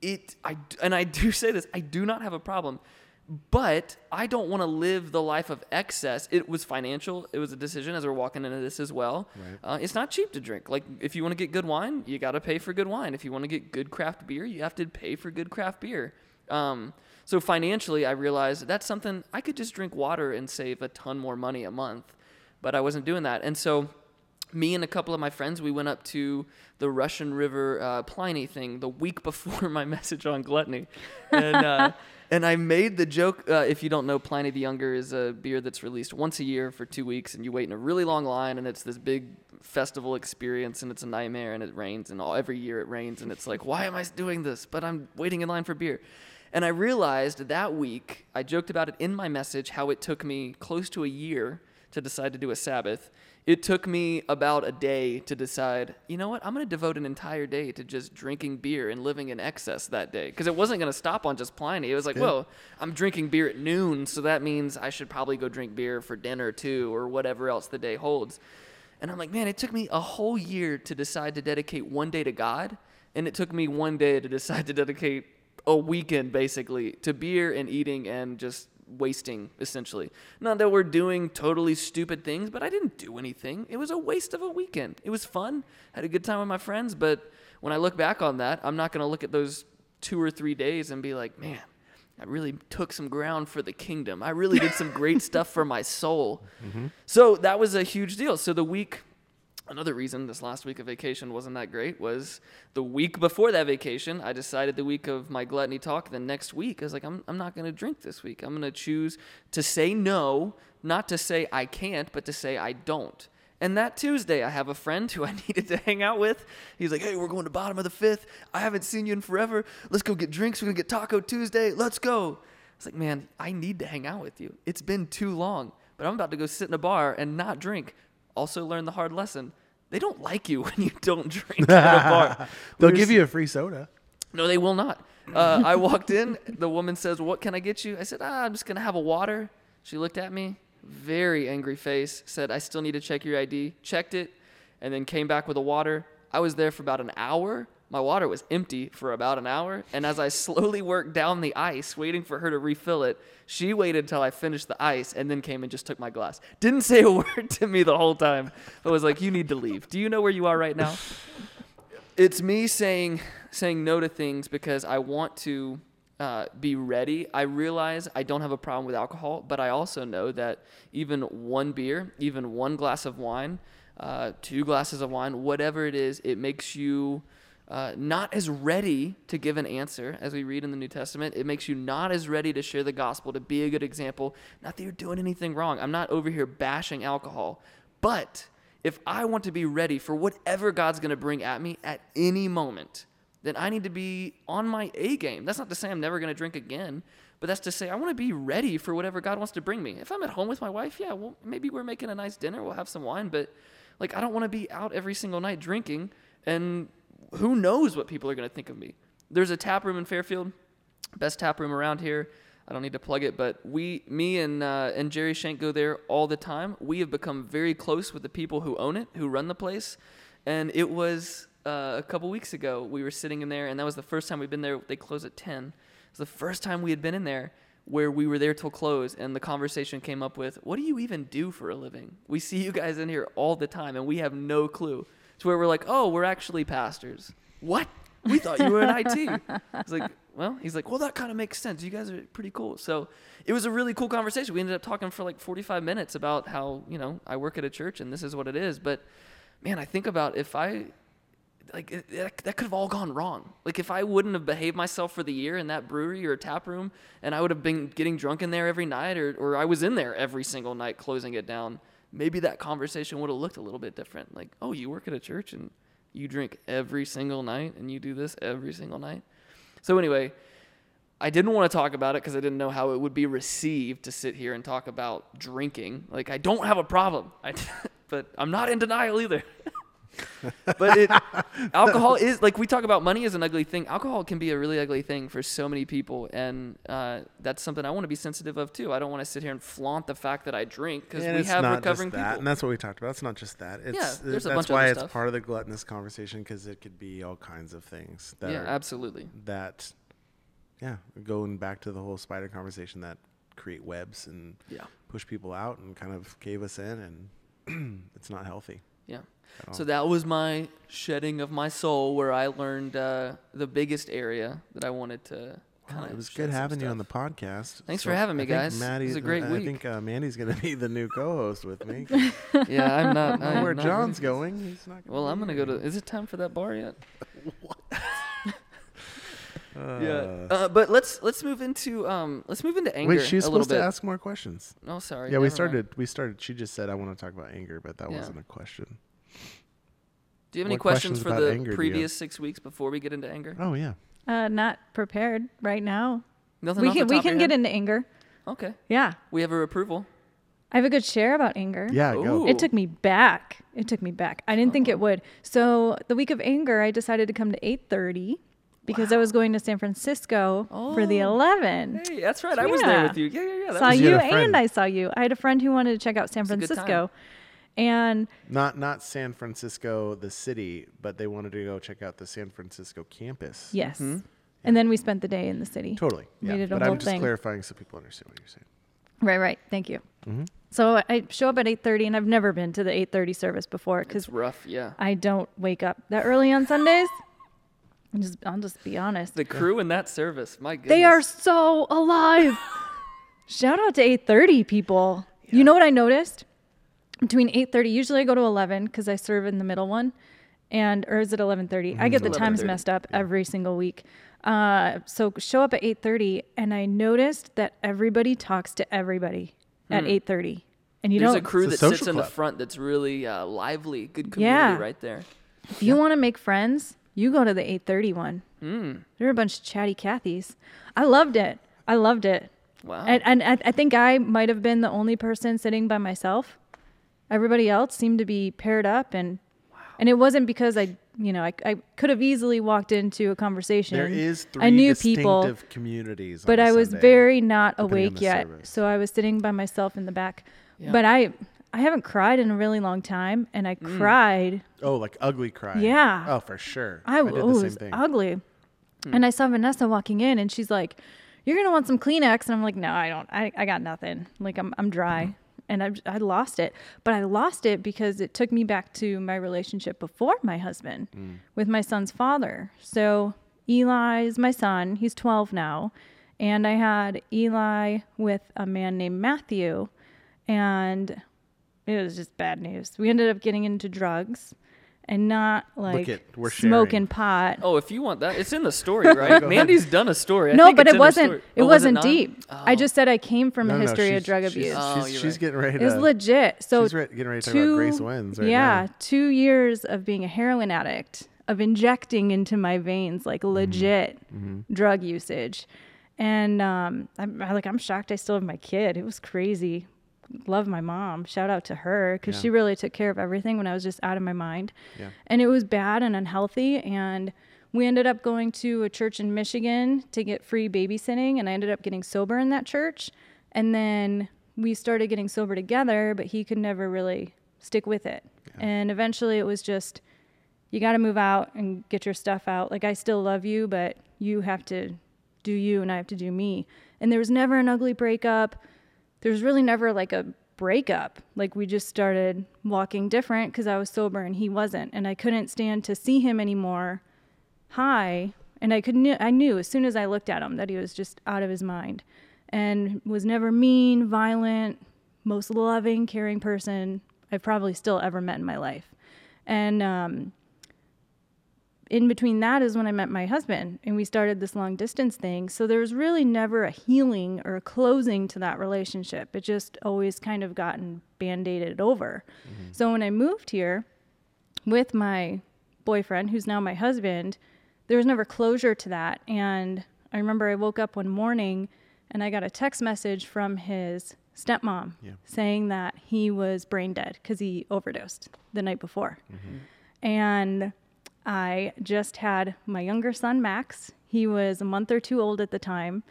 S2: it I d- and I do say this, I do not have a problem, but I don't want to live the life of excess. It was financial. It was a decision as we're walking into this as well. Uh, it's not cheap to drink. Like if you want to get good wine, you got to pay for good wine. If you want to get good craft beer, you have to pay for good craft beer. Um, so financially, I realized that's something I could just drink water and save a ton more money a month, but I wasn't doing that. And so me and a couple of my friends, we went up to the Russian River uh, Pliny thing the week before my message on gluttony, and uh, and I made the joke. Uh, if you don't know, Pliny the Younger is a beer that's released once a year for two weeks, and you wait in a really long line, and it's this big festival experience, and it's a nightmare, and it rains, and all every year it rains, and it's like, why am I doing this? But I'm waiting in line for beer. And I realized that week, I joked about it in my message how it took me close to a year to decide to do a Sabbath. It took me about a day to decide, you know what, I'm going to devote an entire day to just drinking beer and living in excess that day. Because it wasn't going to stop on just Pliny. It was like, well, I'm drinking beer at noon, so that means I should probably go drink beer for dinner too, or whatever else the day holds. And I'm like, man, it took me a whole year to decide to dedicate one day to God, and it took me one day to decide to dedicate a weekend basically to beer and eating and just wasting essentially. Not that we're doing totally stupid things, but I didn't do anything. It was a waste of a weekend. It was fun. Had a good time with my friends, but when I look back on that, I'm not going to look at those 2 or 3 days and be like, "Man, I really took some ground for the kingdom. I really did some great stuff for my soul." So that was a huge deal. So the week another reason this last week of vacation wasn't that great was the week before that vacation i decided the week of my gluttony talk the next week i was like i'm, I'm not going to drink this week i'm going to choose to say no not to say i can't but to say i don't and that Tuesday, I have a friend who I needed to hang out with. He's like, "Hey, we're going to bottom of the fifth. I haven't seen you in forever. Let's go get drinks. We're gonna get Taco Tuesday. Let's go." It's like, man, I need to hang out with you. It's been too long, but I'm about to go sit in a bar and not drink. Also, learn the hard lesson: they don't like you when you don't drink at a bar.
S4: They'll
S2: We're
S4: give you a free soda.
S2: no, they will not. Uh, I walked in. The woman says, "What can I get you?" I said, ah, "I'm just gonna have a water." She looked at me, very angry face. Said, "I still need to check your ID." Checked it, and then came back with a water. I was there for about an hour. My water was empty for about an hour, and as I slowly worked down the ice, waiting for her to refill it, she waited till I finished the ice and then came and just took my glass. Didn't say a word to me the whole time, but was like, "You need to leave. Do you know where you are right now?" it's me saying saying no to things because I want to uh, be ready. I realize I don't have a problem with alcohol, but I also know that even one beer, even one glass of wine, uh, two glasses of wine, whatever it is, it makes you uh, not as ready to give an answer as we read in the New Testament. It makes you not as ready to share the gospel, to be a good example. Not that you're doing anything wrong. I'm not over here bashing alcohol, but if I want to be ready for whatever God's going to bring at me at any moment, then I need to be on my A game. That's not to say I'm never going to drink again, but that's to say I want to be ready for whatever God wants to bring me. If I'm at home with my wife, yeah, well, maybe we're making a nice dinner, we'll have some wine, but like I don't want to be out every single night drinking, and who knows what people are going to think of me. There's a tap room in Fairfield best tap room around here. I don't need to plug it, but we, me and uh, and Jerry Shank go there all the time. We have become very close with the people who own it, who run the place, and it was uh, a couple weeks ago we were sitting in there, and that was the first time we've been there. They close at ten. It's the first time we had been in there where we were there till close, and the conversation came up with, "What do you even do for a living? We see you guys in here all the time, and we have no clue." To where we're like, "Oh, we're actually pastors." What? We thought you were in IT. It's like, well, he's like, well, that kind of makes sense. You guys are pretty cool. So it was a really cool conversation. We ended up talking for like 45 minutes about how, you know, I work at a church and this is what it is. But man, I think about if I, like, it, that that could have all gone wrong. Like, if I wouldn't have behaved myself for the year in that brewery or tap room and I would have been getting drunk in there every night or, or I was in there every single night closing it down, maybe that conversation would have looked a little bit different. Like, oh, you work at a church and you drink every single night and you do this every single night. So anyway, I didn't want to talk about it because I didn't know how it would be received to sit here and talk about drinking. Like I don't have a problem, I, but I'm not in denial either. but it, alcohol is like we talk about money is an ugly thing. Alcohol can be a really ugly thing for so many people, and uh, that's something I want to be sensitive of too. I don't want to sit here and flaunt the fact that I drink because
S4: And
S2: we
S4: it's
S2: have
S4: not
S2: recovering
S4: just that,
S2: people.
S4: and that's what we talked about. It's not just that. It's,
S2: Yeah, there's a
S4: that's
S2: bunch of
S4: why
S2: other
S4: it's
S2: stuff.
S4: part of the gluttonous conversation because it could be all kinds of things that
S2: yeah,
S4: are-
S2: absolutely.
S4: that yeah, going back to the whole spider conversation that create webs and
S2: Yeah.
S4: push people out and kind of cave us in, and it's not healthy.
S2: Yeah. So that was my shedding of my soul, where I learned uh, the biggest area that I wanted to.
S4: Well,
S2: kinda
S4: it was
S2: shed
S4: good
S2: some
S4: having you on
S2: stuff.
S4: the podcast.
S2: Thanks for having me,
S4: I think
S2: guys. It
S4: Maddie-
S2: was a great
S4: I
S2: week.
S4: think uh, Mandy's going to be the new co-host with me.
S2: yeah,
S4: I don't
S2: I'm not.
S4: know
S2: I'm
S4: where
S2: not
S4: John's
S2: really-
S4: going. He's not.
S2: Well, I'm gonna go to. Is it time for that bar yet?
S4: Uh,
S2: yeah. Uh, but let's let's move into um let's move into anger
S4: Wait, she was
S2: a little
S4: supposed
S2: bit.
S4: to ask more questions.
S2: Oh, sorry.
S4: yeah, we
S2: never mind.
S4: started. We started. She just said, "I want to talk about anger," but that
S2: Yeah.
S4: wasn't a question.
S2: Do you have any
S4: What
S2: questions,
S4: questions
S2: for
S4: about
S2: the
S4: anger do you have?
S2: previous six weeks before we get into anger?
S4: Oh yeah.
S3: Uh, not prepared right now.
S2: Nothing.
S3: we
S2: off
S3: can
S2: the
S3: we
S2: top of
S3: can
S2: your
S3: get
S2: head?
S3: into anger.
S2: Okay.
S3: Yeah,
S2: We have a approval.
S3: I have a good share about anger.
S4: Yeah. Go.
S2: Ooh.
S3: It took me back. It took me back. I didn't think it would. So the week of anger, I decided to come to 8:30 because I was going to San Francisco for the 11.
S2: Oh. Hey, that's right. I was there
S3: Yeah.
S2: with you. Yeah, yeah, yeah. That
S3: Saw
S2: was,
S4: you
S3: you
S4: had a friend.
S3: and I saw you. I had a friend who wanted to check out San
S2: a good time.
S3: Francisco, and
S4: Not not San Francisco the city, but they wanted to go check out the San Francisco campus.
S3: yes, and then we spent the day in the city.
S4: Mm-hmm. Totally.
S3: We
S4: Yeah.
S3: did a
S4: but
S3: whole
S4: I'm just
S3: thing.
S4: clarifying so people understand what you're saying.
S3: Right, right. Thank you.
S4: Mm-hmm.
S3: So I show up at 8:30, and I've never been to the 8:30 service before because
S2: it's rough. Yeah.
S3: I don't wake up that early on Sundays. I'm just, I'll just be honest.
S2: The crew in that service. My goodness.
S3: They are so alive. Shout out to 8:30 people. You know what I noticed? Between 8:30, usually I go to 11 cuz I serve in the middle one. And or is it 11:30? I get the times
S2: 11:30,
S3: messed up every single week. Uh, so show up at 8:30 and I noticed that everybody talks to everybody at 8:30. And you
S2: There's
S3: know
S2: a crew
S4: It's a
S2: that
S4: social
S2: sits in the
S4: club.
S2: front that's really uh, lively. Good community
S3: Yeah.
S2: right there.
S3: if you want to make friends, you go to the 8:30 one.
S4: Mm.
S3: There are a bunch of chatty Cathys. I loved it. I loved it.
S2: Wow.
S3: And, and I, I think I might have been the only person sitting by myself. Everybody else seemed to be paired up, and and it wasn't because I, you know, I, I could have easily walked into a conversation.
S4: There is three
S3: I knew
S4: distinctive
S3: people,
S4: communities. on
S3: but
S4: a
S3: I was
S4: Sunday.
S3: very not
S4: depending on
S3: awake
S4: the
S3: yet,
S4: service.
S3: so I was sitting by myself in the back. But I, I haven't cried in a really long time, and I
S4: Mm.
S3: cried
S4: Oh, like ugly cry.
S3: Yeah.
S4: Oh, for sure.
S3: I,
S4: did
S3: oh,
S4: the
S3: it
S4: same
S3: was
S4: thing.
S3: ugly. And I saw Vanessa walking in and she's like, You're gonna want some Kleenex. And I'm like, No, I don't. I, I got nothing. Like I'm I'm dry. And I, I lost it. But I lost it because it took me back to my relationship before my husband
S4: Mm.
S3: with my son's father. So Eli is my son. He's 12 now. And I had Eli with a man named Matthew. And it was just bad news. We ended up getting into drugs and not like
S4: it, we're sharing.
S3: smoking pot.
S2: Oh, if you want that, it's in the story, right? Mandy's done a story. I
S3: no,
S2: think
S3: but
S2: it's
S3: it
S2: in her
S3: wasn't
S2: story.
S3: it
S2: Oh, was
S3: wasn't
S2: not?
S3: deep. I just said I came from
S4: No,
S3: a
S4: no,
S3: history
S4: she's-
S3: of drug
S4: she's-
S3: abuse.
S2: Oh,
S4: She's,
S2: you're
S4: she's
S2: right.
S4: getting ready to.
S3: It's legit. So
S4: she's re- getting ready to talk about Grace Wins right
S3: yeah,
S4: now.
S3: two years of being a heroin addict, of injecting into my veins like
S4: Mm-hmm.
S3: legit drug usage, and um, I'm I- like I'm shocked I still have my kid. It was crazy. Love my mom. Shout out to her because she really took care of everything when I was just out of my mind.
S4: Yeah.
S3: And it was bad and unhealthy. And we ended up going to a church in Michigan to get free babysitting. And I ended up getting sober in that church. And then we started getting sober together, but he could never really stick with it. And eventually it was just, you got to move out and get your stuff out. Like, I still love you, but you have to do you and I have to do me. And there was never an ugly breakup there's really never like a breakup. Like we just started walking different because I was sober and he wasn't, and I couldn't stand to see him anymore high. And I could knew, I knew as soon as I looked at him that he was just out of his mind, and was never mean, violent, most loving, caring person I've probably still ever met in my life. And um, in between that is when I met my husband and we started this long distance thing. So there was really never a healing or a closing to that relationship. It just always kind of gotten band aided over. So when I moved here with my boyfriend, who's now my husband, there was never closure to that. And I remember I woke up one morning and I got a text message from his stepmom
S4: Yeah.
S3: saying that he was brain dead because he overdosed the night before. And I just had my younger son, Max. He was a month or two old at the time.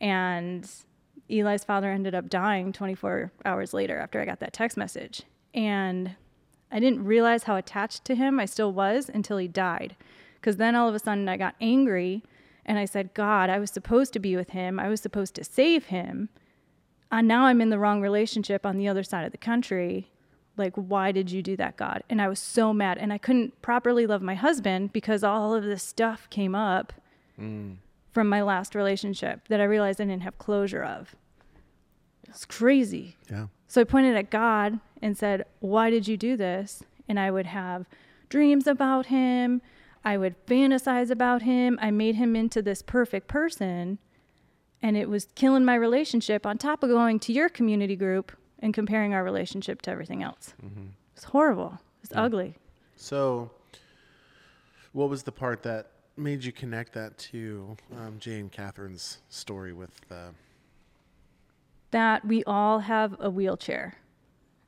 S3: And Eli's father ended up dying 24 hours later after I got that text message. And I didn't realize how attached to him I still was until he died. Because then all of a sudden I got angry and I said, God, I was supposed to be with him. I was supposed to save him. And now I'm in the wrong relationship on the other side of the country. Like, why did you do that, God? And I was so mad. And I couldn't properly love my husband because all of this stuff came up from my last relationship that I realized I didn't have closure of. It's crazy.
S4: Yeah.
S3: So I pointed at God and said, Why did you do this? And I would have dreams about him. I would fantasize about him. I made him into this perfect person. And it was killing my relationship on top of going to your community group and comparing our relationship to everything else. It's horrible. It's ugly.
S4: So, what was the part that made you connect that to um, Jay and Catherine's story with uh,
S3: That we all have a wheelchair.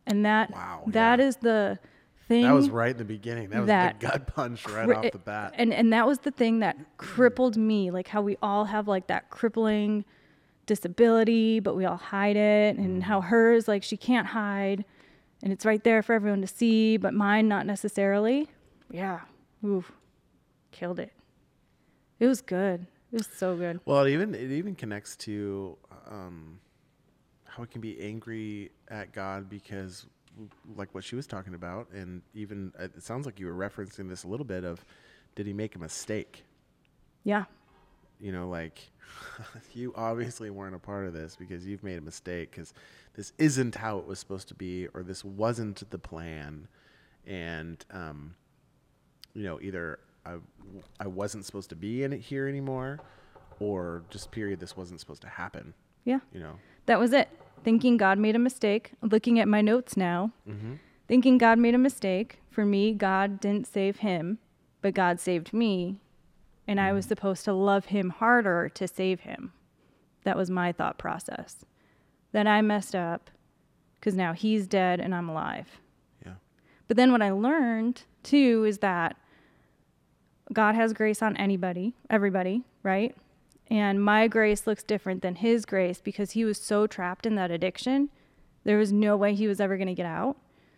S3: And that
S4: Wow,
S3: that
S4: yeah.
S3: is the thing
S4: that was right in the beginning. That was
S3: That
S4: the gut punch right
S3: cri-
S4: off the bat.
S3: And and that was the thing that crippled me, like how we all have like that crippling disability, but we all hide it
S4: Mm.
S3: and how hers like she can't hide and it's right there for everyone to see, but mine not necessarily. Yeah. Oof. Killed it. It was good. It was so good.
S4: Well, it even it even connects to um, how we can be angry at God because, like what she was talking about, and even uh, it sounds like you were referencing this a little bit of, did he make a mistake?
S3: Yeah.
S4: you know, like you obviously weren't a part of this because you've made a mistake because this isn't how it was supposed to be or this wasn't the plan. And, um, you know, either I, I wasn't supposed to be in it here anymore or just period, this wasn't supposed to happen,
S3: Yeah.
S4: you know?
S3: That was it. Thinking God made a mistake. Looking at my notes now. Thinking God made a mistake. For me, God didn't save him, but God saved me. And I was supposed to love him harder to save him. That was my thought process. That I messed up because now he's dead and I'm alive.
S4: Yeah.
S3: But then what I learned too is that God has grace on anybody, everybody, right? And my grace looks different than his grace because he was so trapped in that addiction. There was no way he was ever going to get out.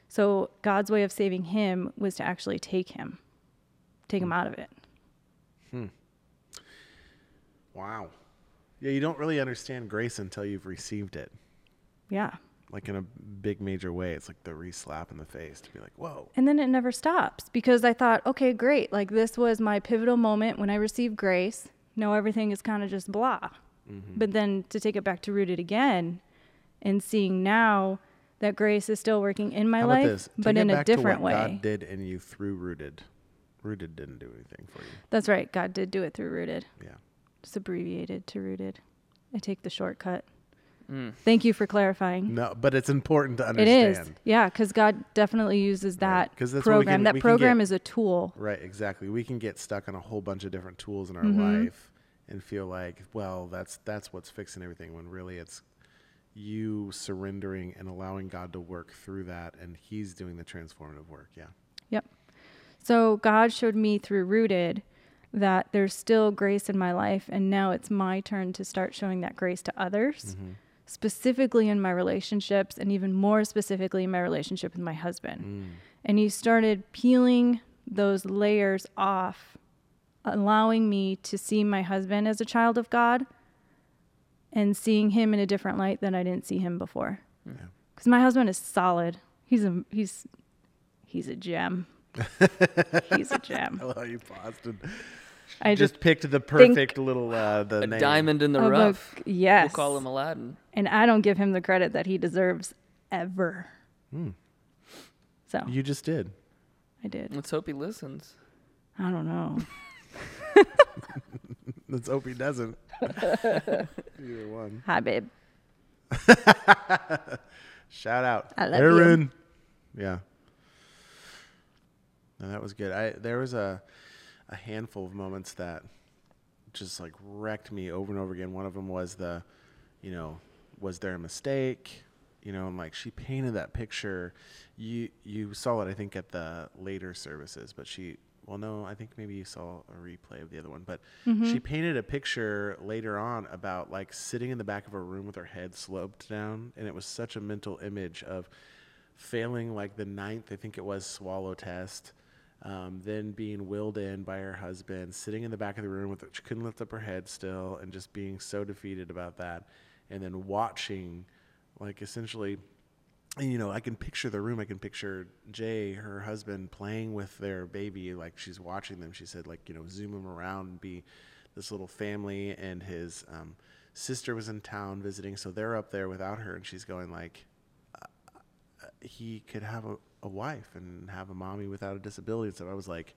S3: So God's way of saving him was to actually take him, take him out of it.
S4: Wow. Yeah, you don't really understand grace until you've received it,
S3: Yeah.
S4: like in a big major way. It's like the re slap in the face to be like, whoa.
S3: And then it never stops because I thought, okay, great. Like this was my pivotal moment when I received grace. Now everything is kind of just blah.
S4: Mm-hmm.
S3: But then to take it back to rooted again and seeing now that grace is still working in my
S4: How about
S3: life,
S4: this?
S3: but
S4: Take it
S3: in a
S4: back to
S3: different
S4: what
S3: way.
S4: God did and you through rooted. Rooted didn't do anything for you.
S3: That's right. God did do it through rooted,
S4: Yeah.
S3: just abbreviated to rooted. I take the shortcut. Thank you for clarifying.
S4: No, but it's important to
S3: It
S4: understand.
S3: is. Yeah, because God definitely uses that
S4: 'Cause that's what we
S3: program.
S4: can-
S3: that
S4: we can
S3: program
S4: get-
S3: is a tool.
S4: Right, exactly. We can get stuck on a whole bunch of different tools in our
S3: Mm-hmm.
S4: life and feel like, well, that's that's what's fixing everything when really it's you surrendering and allowing God to work through that and he's doing the transformative work. Yeah.
S3: Yep. So God showed me through rooted that there's still grace in my life and now it's my turn to start showing that grace to others. Specifically in my relationships and even more specifically in my relationship with my husband. And he started peeling those layers off, allowing me to see my husband as a child of God and seeing him in a different light than I didn't see him before.
S4: Yeah.
S3: Cuz my husband is solid. He's a he's he's a gem. he's a gem.
S4: I love how you paused and
S3: I just,
S4: just picked the perfect little uh the
S2: A
S4: name.
S2: diamond in the
S3: of a-
S2: rough.
S3: Oh, yes.
S2: We'll call him Aladdin.
S3: and I don't give him the credit that he deserves ever. So
S4: Hmm. You just did.
S3: I did.
S2: Let's hope he listens.
S3: I don't know.
S4: Let's hope he doesn't. Either one.
S3: Hi, babe.
S4: Shout out,
S3: I love you.
S4: Aaron. Yeah. No, that was good. I there was a a handful of moments that just like wrecked me over and over again. One of them was the, you know, was there a mistake? You know, I'm like, she painted that picture. You you saw it, I think, at the later services, but she. Well, no, I think maybe you saw a replay of the other one, but she painted a picture later on about like sitting in the back of a room with her head sloped down, and it was such a mental image of failing like the ninth, I think it was, swallow test, um, then being willed in by her husband, sitting in the back of the room with she couldn't lift up her head still, and just being so defeated about that, and then watching, like essentially, and, you know, I can picture the room. I can picture Jay, her husband, playing with their baby, like she's watching them. She said, like you know, zoom him around and be this little family, and his um, sister was in town visiting, so they're up there without her, and she's going like he could have a, a wife and have a mommy without a disability and stuff. I was like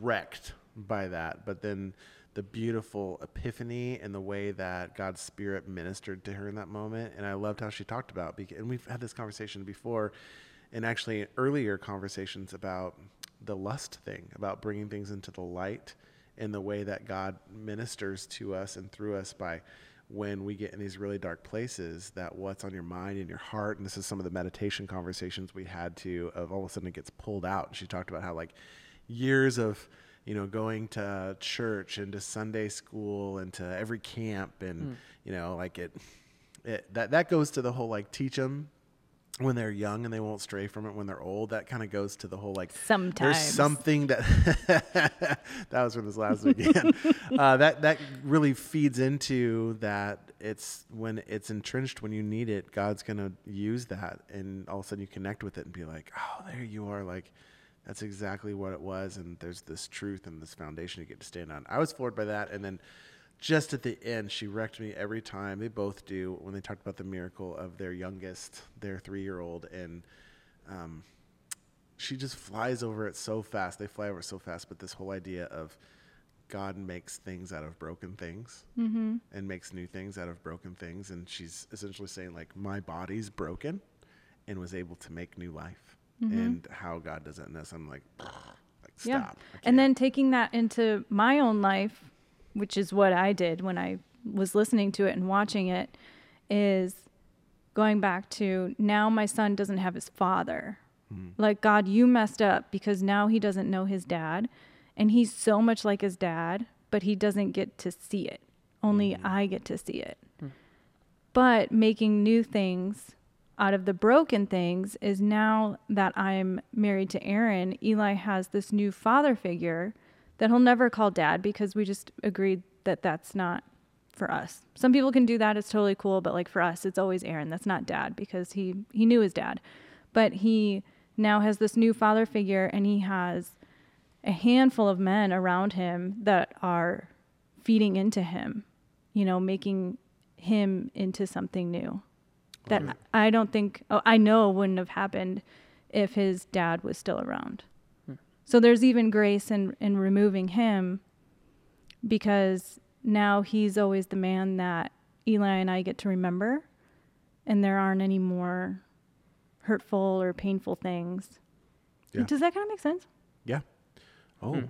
S4: wrecked by that. But then the beautiful epiphany and the way that God's spirit ministered to her in that moment. And I loved how she talked about, beca- and we've had this conversation before and actually earlier conversations about the lust thing, about bringing things into the light and the way that God ministers to us and through us by when we get in these really dark places that what's on your mind and your heart and this is some of the meditation conversations we had too of all of a sudden it gets pulled out and she talked about how like years of you know going to church and to sunday school and to every camp and you know like it, it that that goes to the whole like teach them when they're young and they won't stray from it when they're old that kind of goes to the whole like
S3: Sometimes.
S4: there's something that that was from this last weekend uh, that that really feeds into that it's when it's entrenched when you need it god's gonna use that and all of a sudden you connect with it and be like oh there you are like that's exactly what it was and there's this truth and this foundation you get to stand on i was floored by that and then just at the end, she wrecked me every time. They both do when they talked about the miracle of their youngest, their three-year-old, and um, she just flies over it so fast. They fly over it so fast. But this whole idea of God makes things out of broken things
S2: Mm-hmm.
S4: and makes new things out of broken things, and she's essentially saying like, my body's broken, and was able to make new life,
S2: Mm-hmm.
S4: and how God does it in this. I'm like, like stop.
S3: Yeah.
S4: I
S3: And
S4: can't.
S3: then taking that into my own life, which is what I did when I was listening to it and watching it, is going back to now my son doesn't have his father.
S4: Hmm.
S3: Like, God, you messed up because now he doesn't know his dad. And he's so much like his dad, but he doesn't get to see it. Only
S4: Hmm.
S3: I get to see it. But making new things out of the broken things is now that I'm married to Aaron, Eli has this new father figure that he'll never call dad because we just agreed that that's not for us. Some people can do that, it's totally cool, but like for us, it's always Aaron. That's not dad because he he knew his dad. But he now has this new father figure and he has a handful of men around him that are feeding into him, you know, making him into something new that I don't think, oh, I know wouldn't have happened if his dad was still around. So there's even grace in, in removing him because now he's always the man that Eli and I get to remember, and there aren't any more hurtful or painful things.
S4: Yeah.
S3: Does that kind of make sense?
S4: yeah. Oh,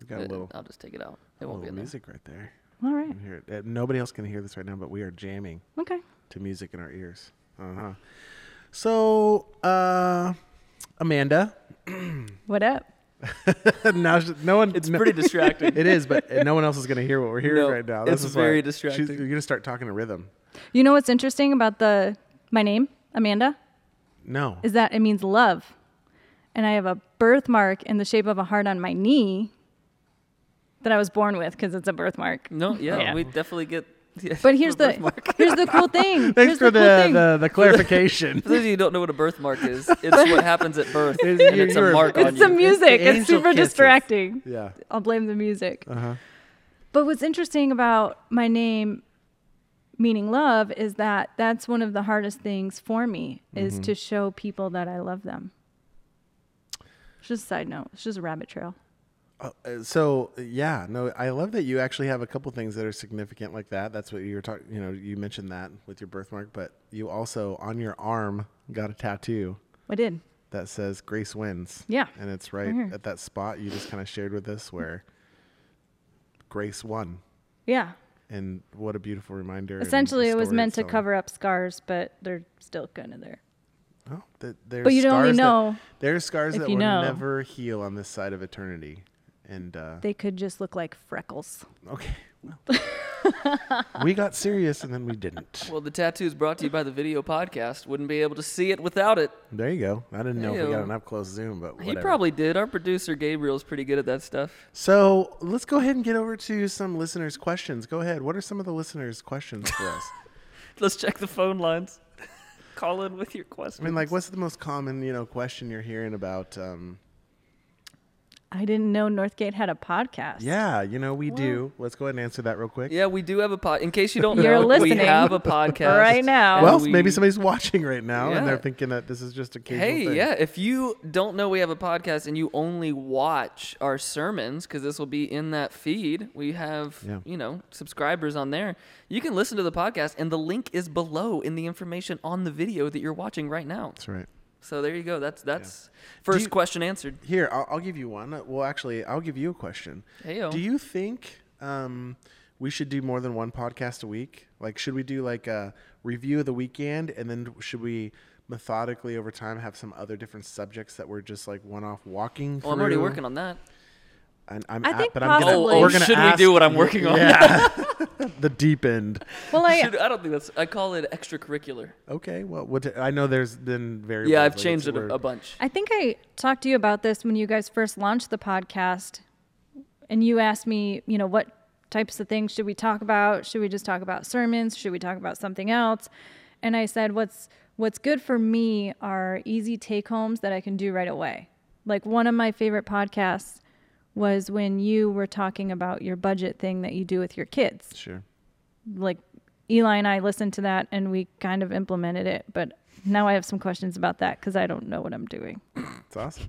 S4: we got a
S2: Uh,
S4: little.
S2: I'll just take it out. It
S4: A
S2: won't be
S4: little
S2: in there.
S4: music right there.
S3: All right.
S4: You can hear it. Uh, Nobody else can hear this right now, but we are jamming
S3: Okay.
S4: to music in our ears. Uh huh. So, uh, Amanda,
S3: What up?
S4: now she- no one.
S2: It's
S4: no-
S2: pretty distracting.
S4: It is, but no one else is going to hear what we're hearing
S2: No,
S4: right now.
S2: it's
S4: is why
S2: very
S4: she's-
S2: distracting.
S4: You're going to start talking to rhythm.
S3: You know what's interesting about the my name, Amanda?
S4: No.
S3: is that it means love. And I have a birthmark in the shape of a heart on my knee that I was born with because it's a birthmark.
S2: No, yeah,
S3: Yeah.
S2: we definitely get. Yeah,
S3: But here's the here's the cool thing.
S4: Thanks
S3: here's
S4: for
S3: the, cool
S4: the,
S3: thing.
S4: the, the clarification.
S2: For those of you who don't know what a birthmark is, it's what happens at birth, and
S4: you-
S2: it's
S4: you're-
S2: a mark on
S3: it's the
S2: you.
S3: music. It's,
S4: angel
S3: super
S4: kisses.
S3: distracting.
S4: yeah.
S3: I'll blame the music.
S4: Uh huh.
S3: But what's interesting about my name meaning love is that that's one of the hardest things for me
S4: Mm-hmm.
S3: is to show people that I love them. It's just a side note. It's just a rabbit trail.
S4: Uh, uh, so yeah, no, I love that you actually have a couple things that are significant like that. That's what you were talking. You know, you mentioned that with your birthmark, but you also on your arm got a tattoo
S3: I did.
S4: that says "Grace wins."
S3: Yeah.
S4: and it's right
S3: here.
S4: at that spot you just kind of shared with us where Grace won.
S3: Yeah.
S4: And what a beautiful reminder. and
S3: Essentially, it was
S4: story
S3: meant to
S4: telling.
S3: cover up scars, but they're still kind of there.
S4: Oh, th- there's
S3: But you don't
S4: scars
S3: only
S4: that-
S3: know.
S4: there are scars
S3: if
S4: that
S3: you
S4: will
S3: know.
S4: never heal on this side of eternity. And uh,
S3: They could just look like freckles.
S4: okay, well, we got serious and then we didn't.
S2: Well, the tattoo is brought to you by the video podcast. Wouldn't be able to see it without it.
S4: There you go. I didn't know if we got
S2: Ew.
S4: an up close zoom, but
S2: He
S4: whatever.
S2: probably did. Our producer Gabriel's pretty good at that stuff.
S4: So let's go ahead and get over to some listeners' questions. Go ahead. What are some of the listeners' questions for us?
S2: Let's check the phone lines. Call in with your
S4: I
S2: question.
S4: mean, like, what's the most common, you know, question you're hearing about? Um,
S3: I didn't know Northgate had a podcast.
S4: yeah, you know, we do. Let's go ahead and answer that real quick.
S2: Yeah, we do have a pod. In case you don't
S3: You're
S2: know,
S3: listening
S2: we have a podcast
S3: right now.
S2: and
S4: Well,
S2: we-
S4: maybe somebody's watching right now and they're
S2: Yeah.
S4: thinking that this is just a casual
S2: Hey,
S4: thing.
S2: yeah. If you don't know we have a podcast and you only watch our sermons, because this will be in that feed, we have
S4: Yeah.
S2: you know subscribers on there. You can listen to the podcast, and the link is below in the information on the video that you're watching right now.
S4: that's right.
S2: So there you go. That's that's first
S4: you-
S2: question answered.
S4: Here, I'll, I'll give you one. Uh, Well, actually, I'll give you a question.
S2: Heyo.
S4: Do you think um, we should do more than one podcast a week? Like, should we do like a review of the weekend, and then should we methodically over time have some other different subjects that we're just like one-off walking
S2: Well, I'm already working on that.
S4: And I'm
S3: I
S4: at-
S3: think
S4: but I'm gonna,
S3: possibly-
S4: we're
S3: Oh,
S4: gonna
S2: should we
S4: ask-
S2: do what I'm working on?
S4: Yeah, the deep end.
S3: Well, I,
S2: Should- I don't think that's. I call it extracurricular.
S4: Okay, well, what I know there's been variables.
S2: Yeah, I've
S4: like,
S2: changed
S4: it's
S2: it
S4: word.
S2: a, a bunch.
S3: I think I talked to you about this when you guys first launched the podcast, and you asked me, you know, what types of things should we talk about? Should we just talk about sermons? Should we talk about something else? And I said, what's what's good for me are easy take homes that I can do right away. Like one of my favorite podcasts was when you were talking about your budget thing that you do with your kids
S4: Sure.
S3: like Eli and I listened to that and we kind of implemented it, but now I have some questions about that because I don't know what I'm doing.
S4: It's awesome.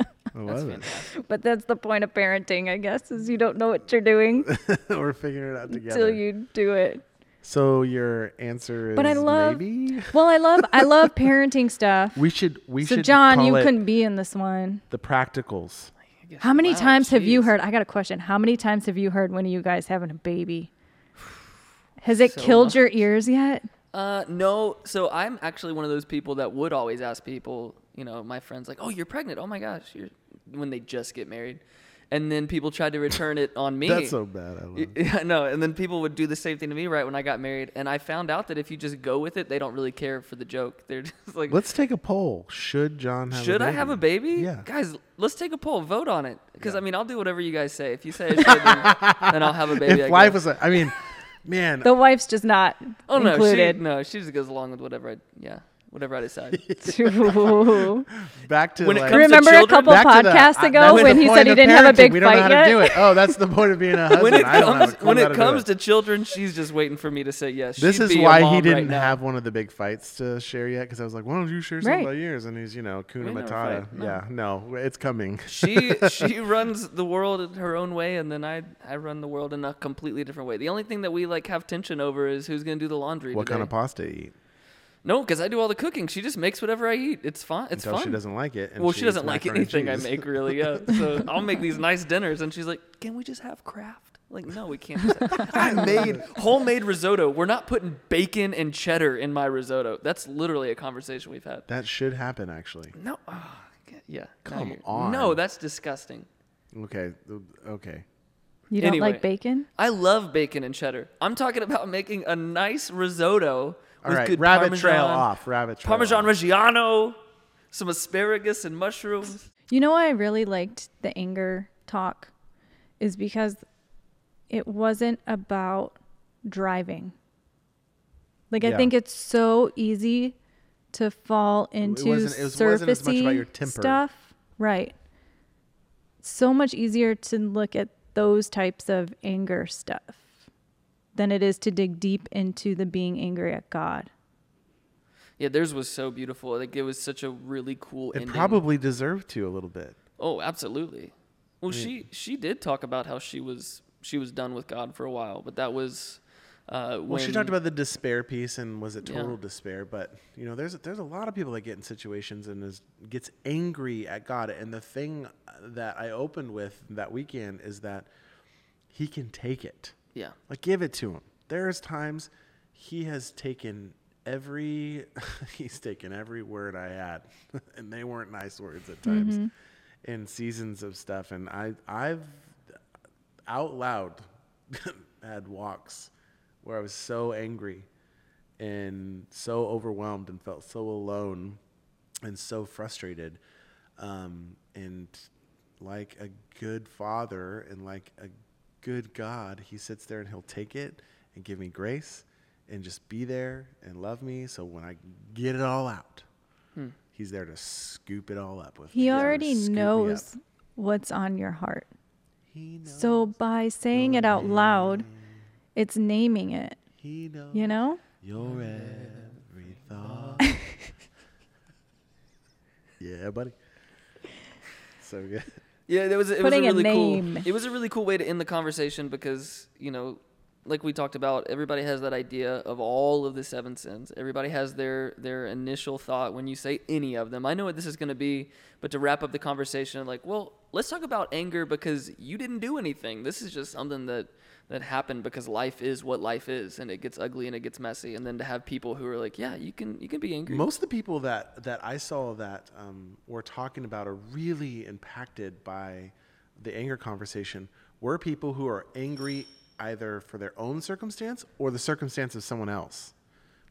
S4: I
S2: That's
S4: love it.
S2: fantastic.
S3: But that's the point of parenting, I guess, is you don't know what you're doing
S4: We're figuring it out
S3: till
S4: together.
S3: you do it.
S4: so your answer is
S3: But I love-
S4: maybe.
S3: Well, I love I love parenting stuff.
S4: We should. We
S3: so
S4: should.
S3: John,
S4: call
S3: you
S4: it
S3: couldn't be in this one.
S4: The practicals.
S3: How many
S2: Wow,
S3: times have you
S2: jeez.
S3: heard? I got a question. How many times have you heard when you guys having a baby? Has it
S2: So
S3: killed
S2: much.
S3: your ears yet?
S2: Uh, no. So I'm actually one of those people that would always ask people, you know, my friends, like, "Oh, you're pregnant? Oh my gosh!" You're, when they just get married, and then people tried to return it on me.
S4: That's so bad. I love.
S2: Y-
S4: it.
S2: Yeah, no. And then people would do the same thing to me right when I got married, and I found out that if you just go with it, they don't really care for the joke. They're just like,
S4: Let's take a poll. Should John have?
S2: "Should
S4: a
S2: I
S4: baby?
S2: have a baby?"
S4: Yeah.
S2: Guys, let's take a poll, vote on it, because I mean, I'll do whatever you guys say. If you say I should, then, then I'll have a baby. I
S4: if life
S2: guess.
S4: was, a, I mean, man,
S3: The wife's just not
S2: oh no,
S3: included.
S2: she no, she just goes along with whatever I yeah, whatever I decide.
S4: back to
S2: when it
S4: like,
S2: comes to
S3: Remember a
S2: children-
S3: couple
S4: back to the-
S3: podcasts
S4: I-
S3: ago
S4: that's the
S3: when he
S4: point
S3: said he
S4: of
S3: didn't have a
S4: parenting.
S3: big
S4: We don't
S3: fight
S4: know how
S3: yet?
S4: to do it. Oh, that's the point of being a husband.
S2: when it
S4: I don't have a
S2: comes
S4: clue
S2: when
S4: how
S2: it
S4: to do
S2: comes to children, she's just waiting for me to say yes.
S4: This
S2: She'd
S4: is
S2: be a
S4: why
S2: mom
S4: he
S2: right
S4: didn't
S2: now.
S4: have one of the big fights to share yet, because I was like, "Why don't you share something
S3: Right.
S4: about yours?" And he's, you know, Kuna
S2: We never
S4: Matata.
S2: fight, no.
S4: Yeah, no, it's coming.
S2: she she runs the world in her own way, and then I I run the world in a completely different way. The only thing that we like have tension over is who's gonna do the laundry.
S4: What
S2: today.
S4: kind of pasta you eat?
S2: No, because I do all the cooking. She just makes whatever I eat. It's fun. It's
S4: Until
S2: fun.
S4: she doesn't like it. and
S2: well, she,
S4: eats
S2: doesn't like
S4: macaroni and
S2: anything I
S4: cheese.
S2: make really. Yeah. So I'll make these nice dinners, and she's like, "Can we just have craft?" Like, no, we can't. Just have-" I made homemade risotto. We're not putting bacon and cheddar in my risotto. That's literally a conversation we've had.
S4: That should happen, actually.
S2: No. ah, yeah. now
S4: Come
S2: you're-
S4: on.
S2: No, that's disgusting.
S4: Okay, th- okay.
S3: You don't
S2: Anyway.
S3: like bacon?
S2: I love bacon and cheddar. I'm talking about making a nice risotto
S4: All
S2: with
S4: right,
S2: good
S4: rabbit
S2: parmesan,
S4: trail off. Rabbit trail.
S2: parmesan
S4: off.
S2: reggiano, some asparagus and mushrooms.
S3: You know why I really liked the anger talk is because it wasn't about driving. Like I
S4: Yeah.
S3: think it's so easy to fall into
S4: wasn't- it was- wasn't as much about
S3: surfacey
S4: your temper.
S3: stuff. Right. So much easier to look at those types of anger stuff than it is to dig deep into the being angry at God.
S2: Yeah, theirs was so beautiful. Like it was such a really cool
S4: It
S2: ending.
S4: probably deserved to a little bit.
S2: Oh, absolutely. Well, she she did talk about how she was she was done with God for a while, but that was uh, when
S4: Well, she talked about the despair piece and was it
S2: Yeah.
S4: total despair? But you know, there's there's a lot of people that get in situations and is gets angry at God. And the thing that I opened with that weekend is that he can take it.
S2: Yeah.
S4: Like, give it to him. There's times he has taken every, he's taken every word I had, and they weren't nice words at times, in seasons of stuff. And I, I've out loud had walks where I was so angry and so overwhelmed and felt so alone and so frustrated. Um, and like a good father and like a good God, he sits there and he'll take it and give me grace and just be there and love me. So when I get it all out, he's there to scoop it all up with me.
S3: He
S4: He's there to
S3: already
S4: scoop me up.
S3: knows what's on your heart.
S4: He knows.
S3: So by saying it out loud, it's naming it,
S4: he knows.
S3: you know?
S4: Your every thought. yeah, buddy. So good.
S2: Yeah, that was it
S3: Putting a
S2: was a really
S3: name.
S2: cool. It was a really cool way to end the conversation because you know, like we talked about, everybody has that idea of all of the seven sins. Everybody has their their initial thought when you say any of them. I know what this is going to be, but to wrap up the conversation, like, well, let's talk about anger because you didn't do anything. This is just something that that happened because life is what life is, and it gets ugly and it gets messy. And then to have people who are like, yeah, you can you can be angry.
S4: Most of the people that, that I saw that um, were talking about are really impacted by the anger conversation were people who are angry either for their own circumstance or the circumstance of someone else,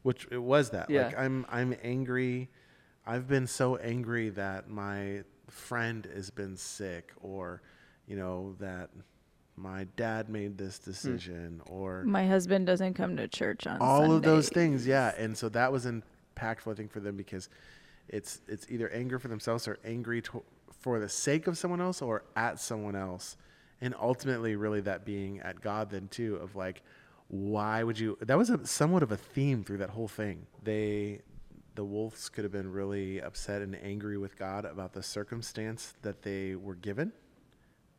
S4: which it was that. Like
S2: Yeah.
S4: I'm I'm angry. I've been so angry that my friend has been sick, or you know that my dad made this
S2: Hmm.
S4: decision, or
S3: My husband doesn't come to church on
S4: all of those
S3: Sunday.
S4: things yeah and so that was impactful i think for them because it's it's either anger for themselves or angry to, for the sake of someone else or at someone else and ultimately really that being at god then too of like why would you that was a, somewhat of a theme through that whole thing they the wolves could have been really upset and angry with god about the circumstance that they were given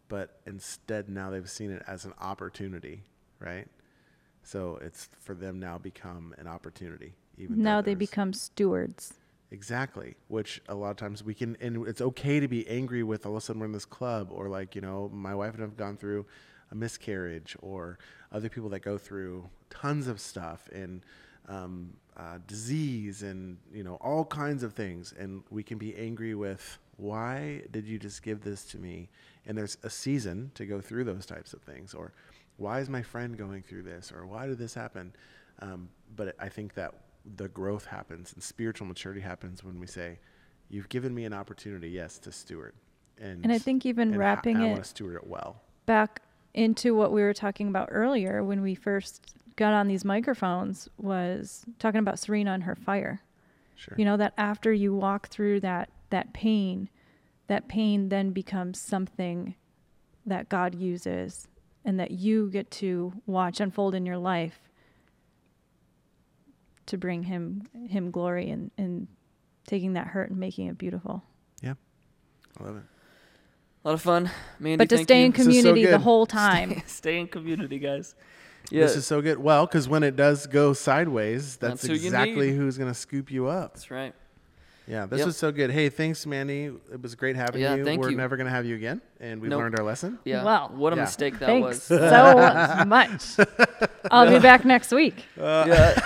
S4: but instead now they've seen it as an opportunity, right? So it's for them now become an opportunity. Even though
S3: Now they
S4: there's-
S3: become stewards.
S4: exactly, which a lot of times we can, and it's okay to be angry with. All of a sudden we're in this club, or like you know, my wife and I've gone through a miscarriage, or other people that go through tons of stuff and um, uh, disease, and you know, all kinds of things, and we can be angry with why did you just give this to me? And there's a season to go through those types of things, or why is my friend going through this, or why did this happen? Um, but I think that the growth happens and spiritual maturity happens when we say, "You've given me an opportunity, yes, to steward." And
S3: And I think even
S4: and ho-
S3: wrapping
S4: and I
S3: it-
S4: want to steward it well.
S3: back into what we were talking about earlier when we first got on these microphones was talking about Serena and her fire.
S4: Sure.
S3: You know that after you walk through that that pain, that pain then becomes something that God uses and that you get to watch unfold in your life to bring him him glory and, and taking that hurt and making it beautiful.
S4: yeah, I love it.
S2: A lot of fun, Mandy.
S3: But to
S2: thank
S3: stay
S2: you.
S3: in
S4: is so
S3: community the
S4: good.
S3: whole time.
S2: stay in community, guys. Yeah,
S4: This is so good. Well, because when it does go sideways, that's,
S2: That's who you
S4: exactly
S2: need.
S4: who's going to scoop you up.
S2: that's right.
S4: Yeah, this
S2: Yep.
S4: was so good. Hey, thanks, Mandy. It was great having
S2: Yeah,
S4: you.
S2: thank
S4: We're
S2: you.
S4: never going to have you again, and we
S2: Nope.
S4: learned our lesson.
S2: Yeah.
S3: Wow.
S2: What a
S4: Yeah.
S2: mistake that
S3: Thanks
S2: was.
S3: so much. I'll be back next week.
S2: Yeah.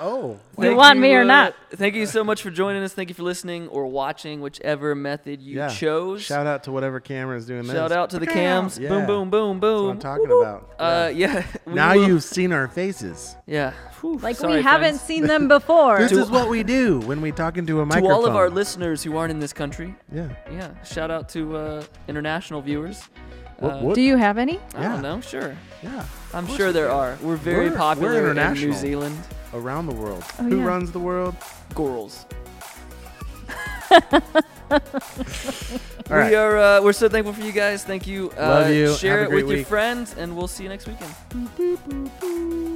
S4: Oh,
S3: You
S2: Thank
S3: want me or
S2: uh,
S3: not?
S2: Thank you so much for joining us. Thank you for listening or watching, whichever method you
S4: yeah.
S2: chose.
S4: Shout out to whatever camera is doing this.
S2: Shout out to the cams.
S4: Yeah.
S2: Boom, boom, boom, boom.
S4: That's what I'm talking
S2: Woo-woo.
S4: about.
S2: Um, Uh, yeah. we
S4: now
S2: will-
S4: you've seen our faces.
S2: Yeah. Whew,
S3: Like
S2: sorry,
S3: we haven't
S2: friends.
S3: seen them before.
S4: This is what we do when we talk into a
S2: To
S4: microphone.
S2: all of our listeners who aren't in this country,
S4: yeah.
S2: yeah. Shout out to uh, international viewers. Uh,
S4: what?
S3: Do you have any?
S2: I
S4: Yeah.
S2: don't know. Sure.
S4: Yeah.
S2: I'm sure there are. We're very
S4: We're- we're
S2: popular in
S4: international.
S2: New Zealand.
S4: Around the world.
S3: Oh,
S4: Who
S3: yeah.
S4: runs the world?
S2: Gorals.
S4: All right.
S2: We are. Uh, we're so thankful for you guys. Thank you. Uh,
S4: Love you.
S2: Share
S4: Have a
S2: it with
S4: great
S2: your
S4: week.
S2: friends, and we'll see you next weekend.
S4: Boop, boop, boop.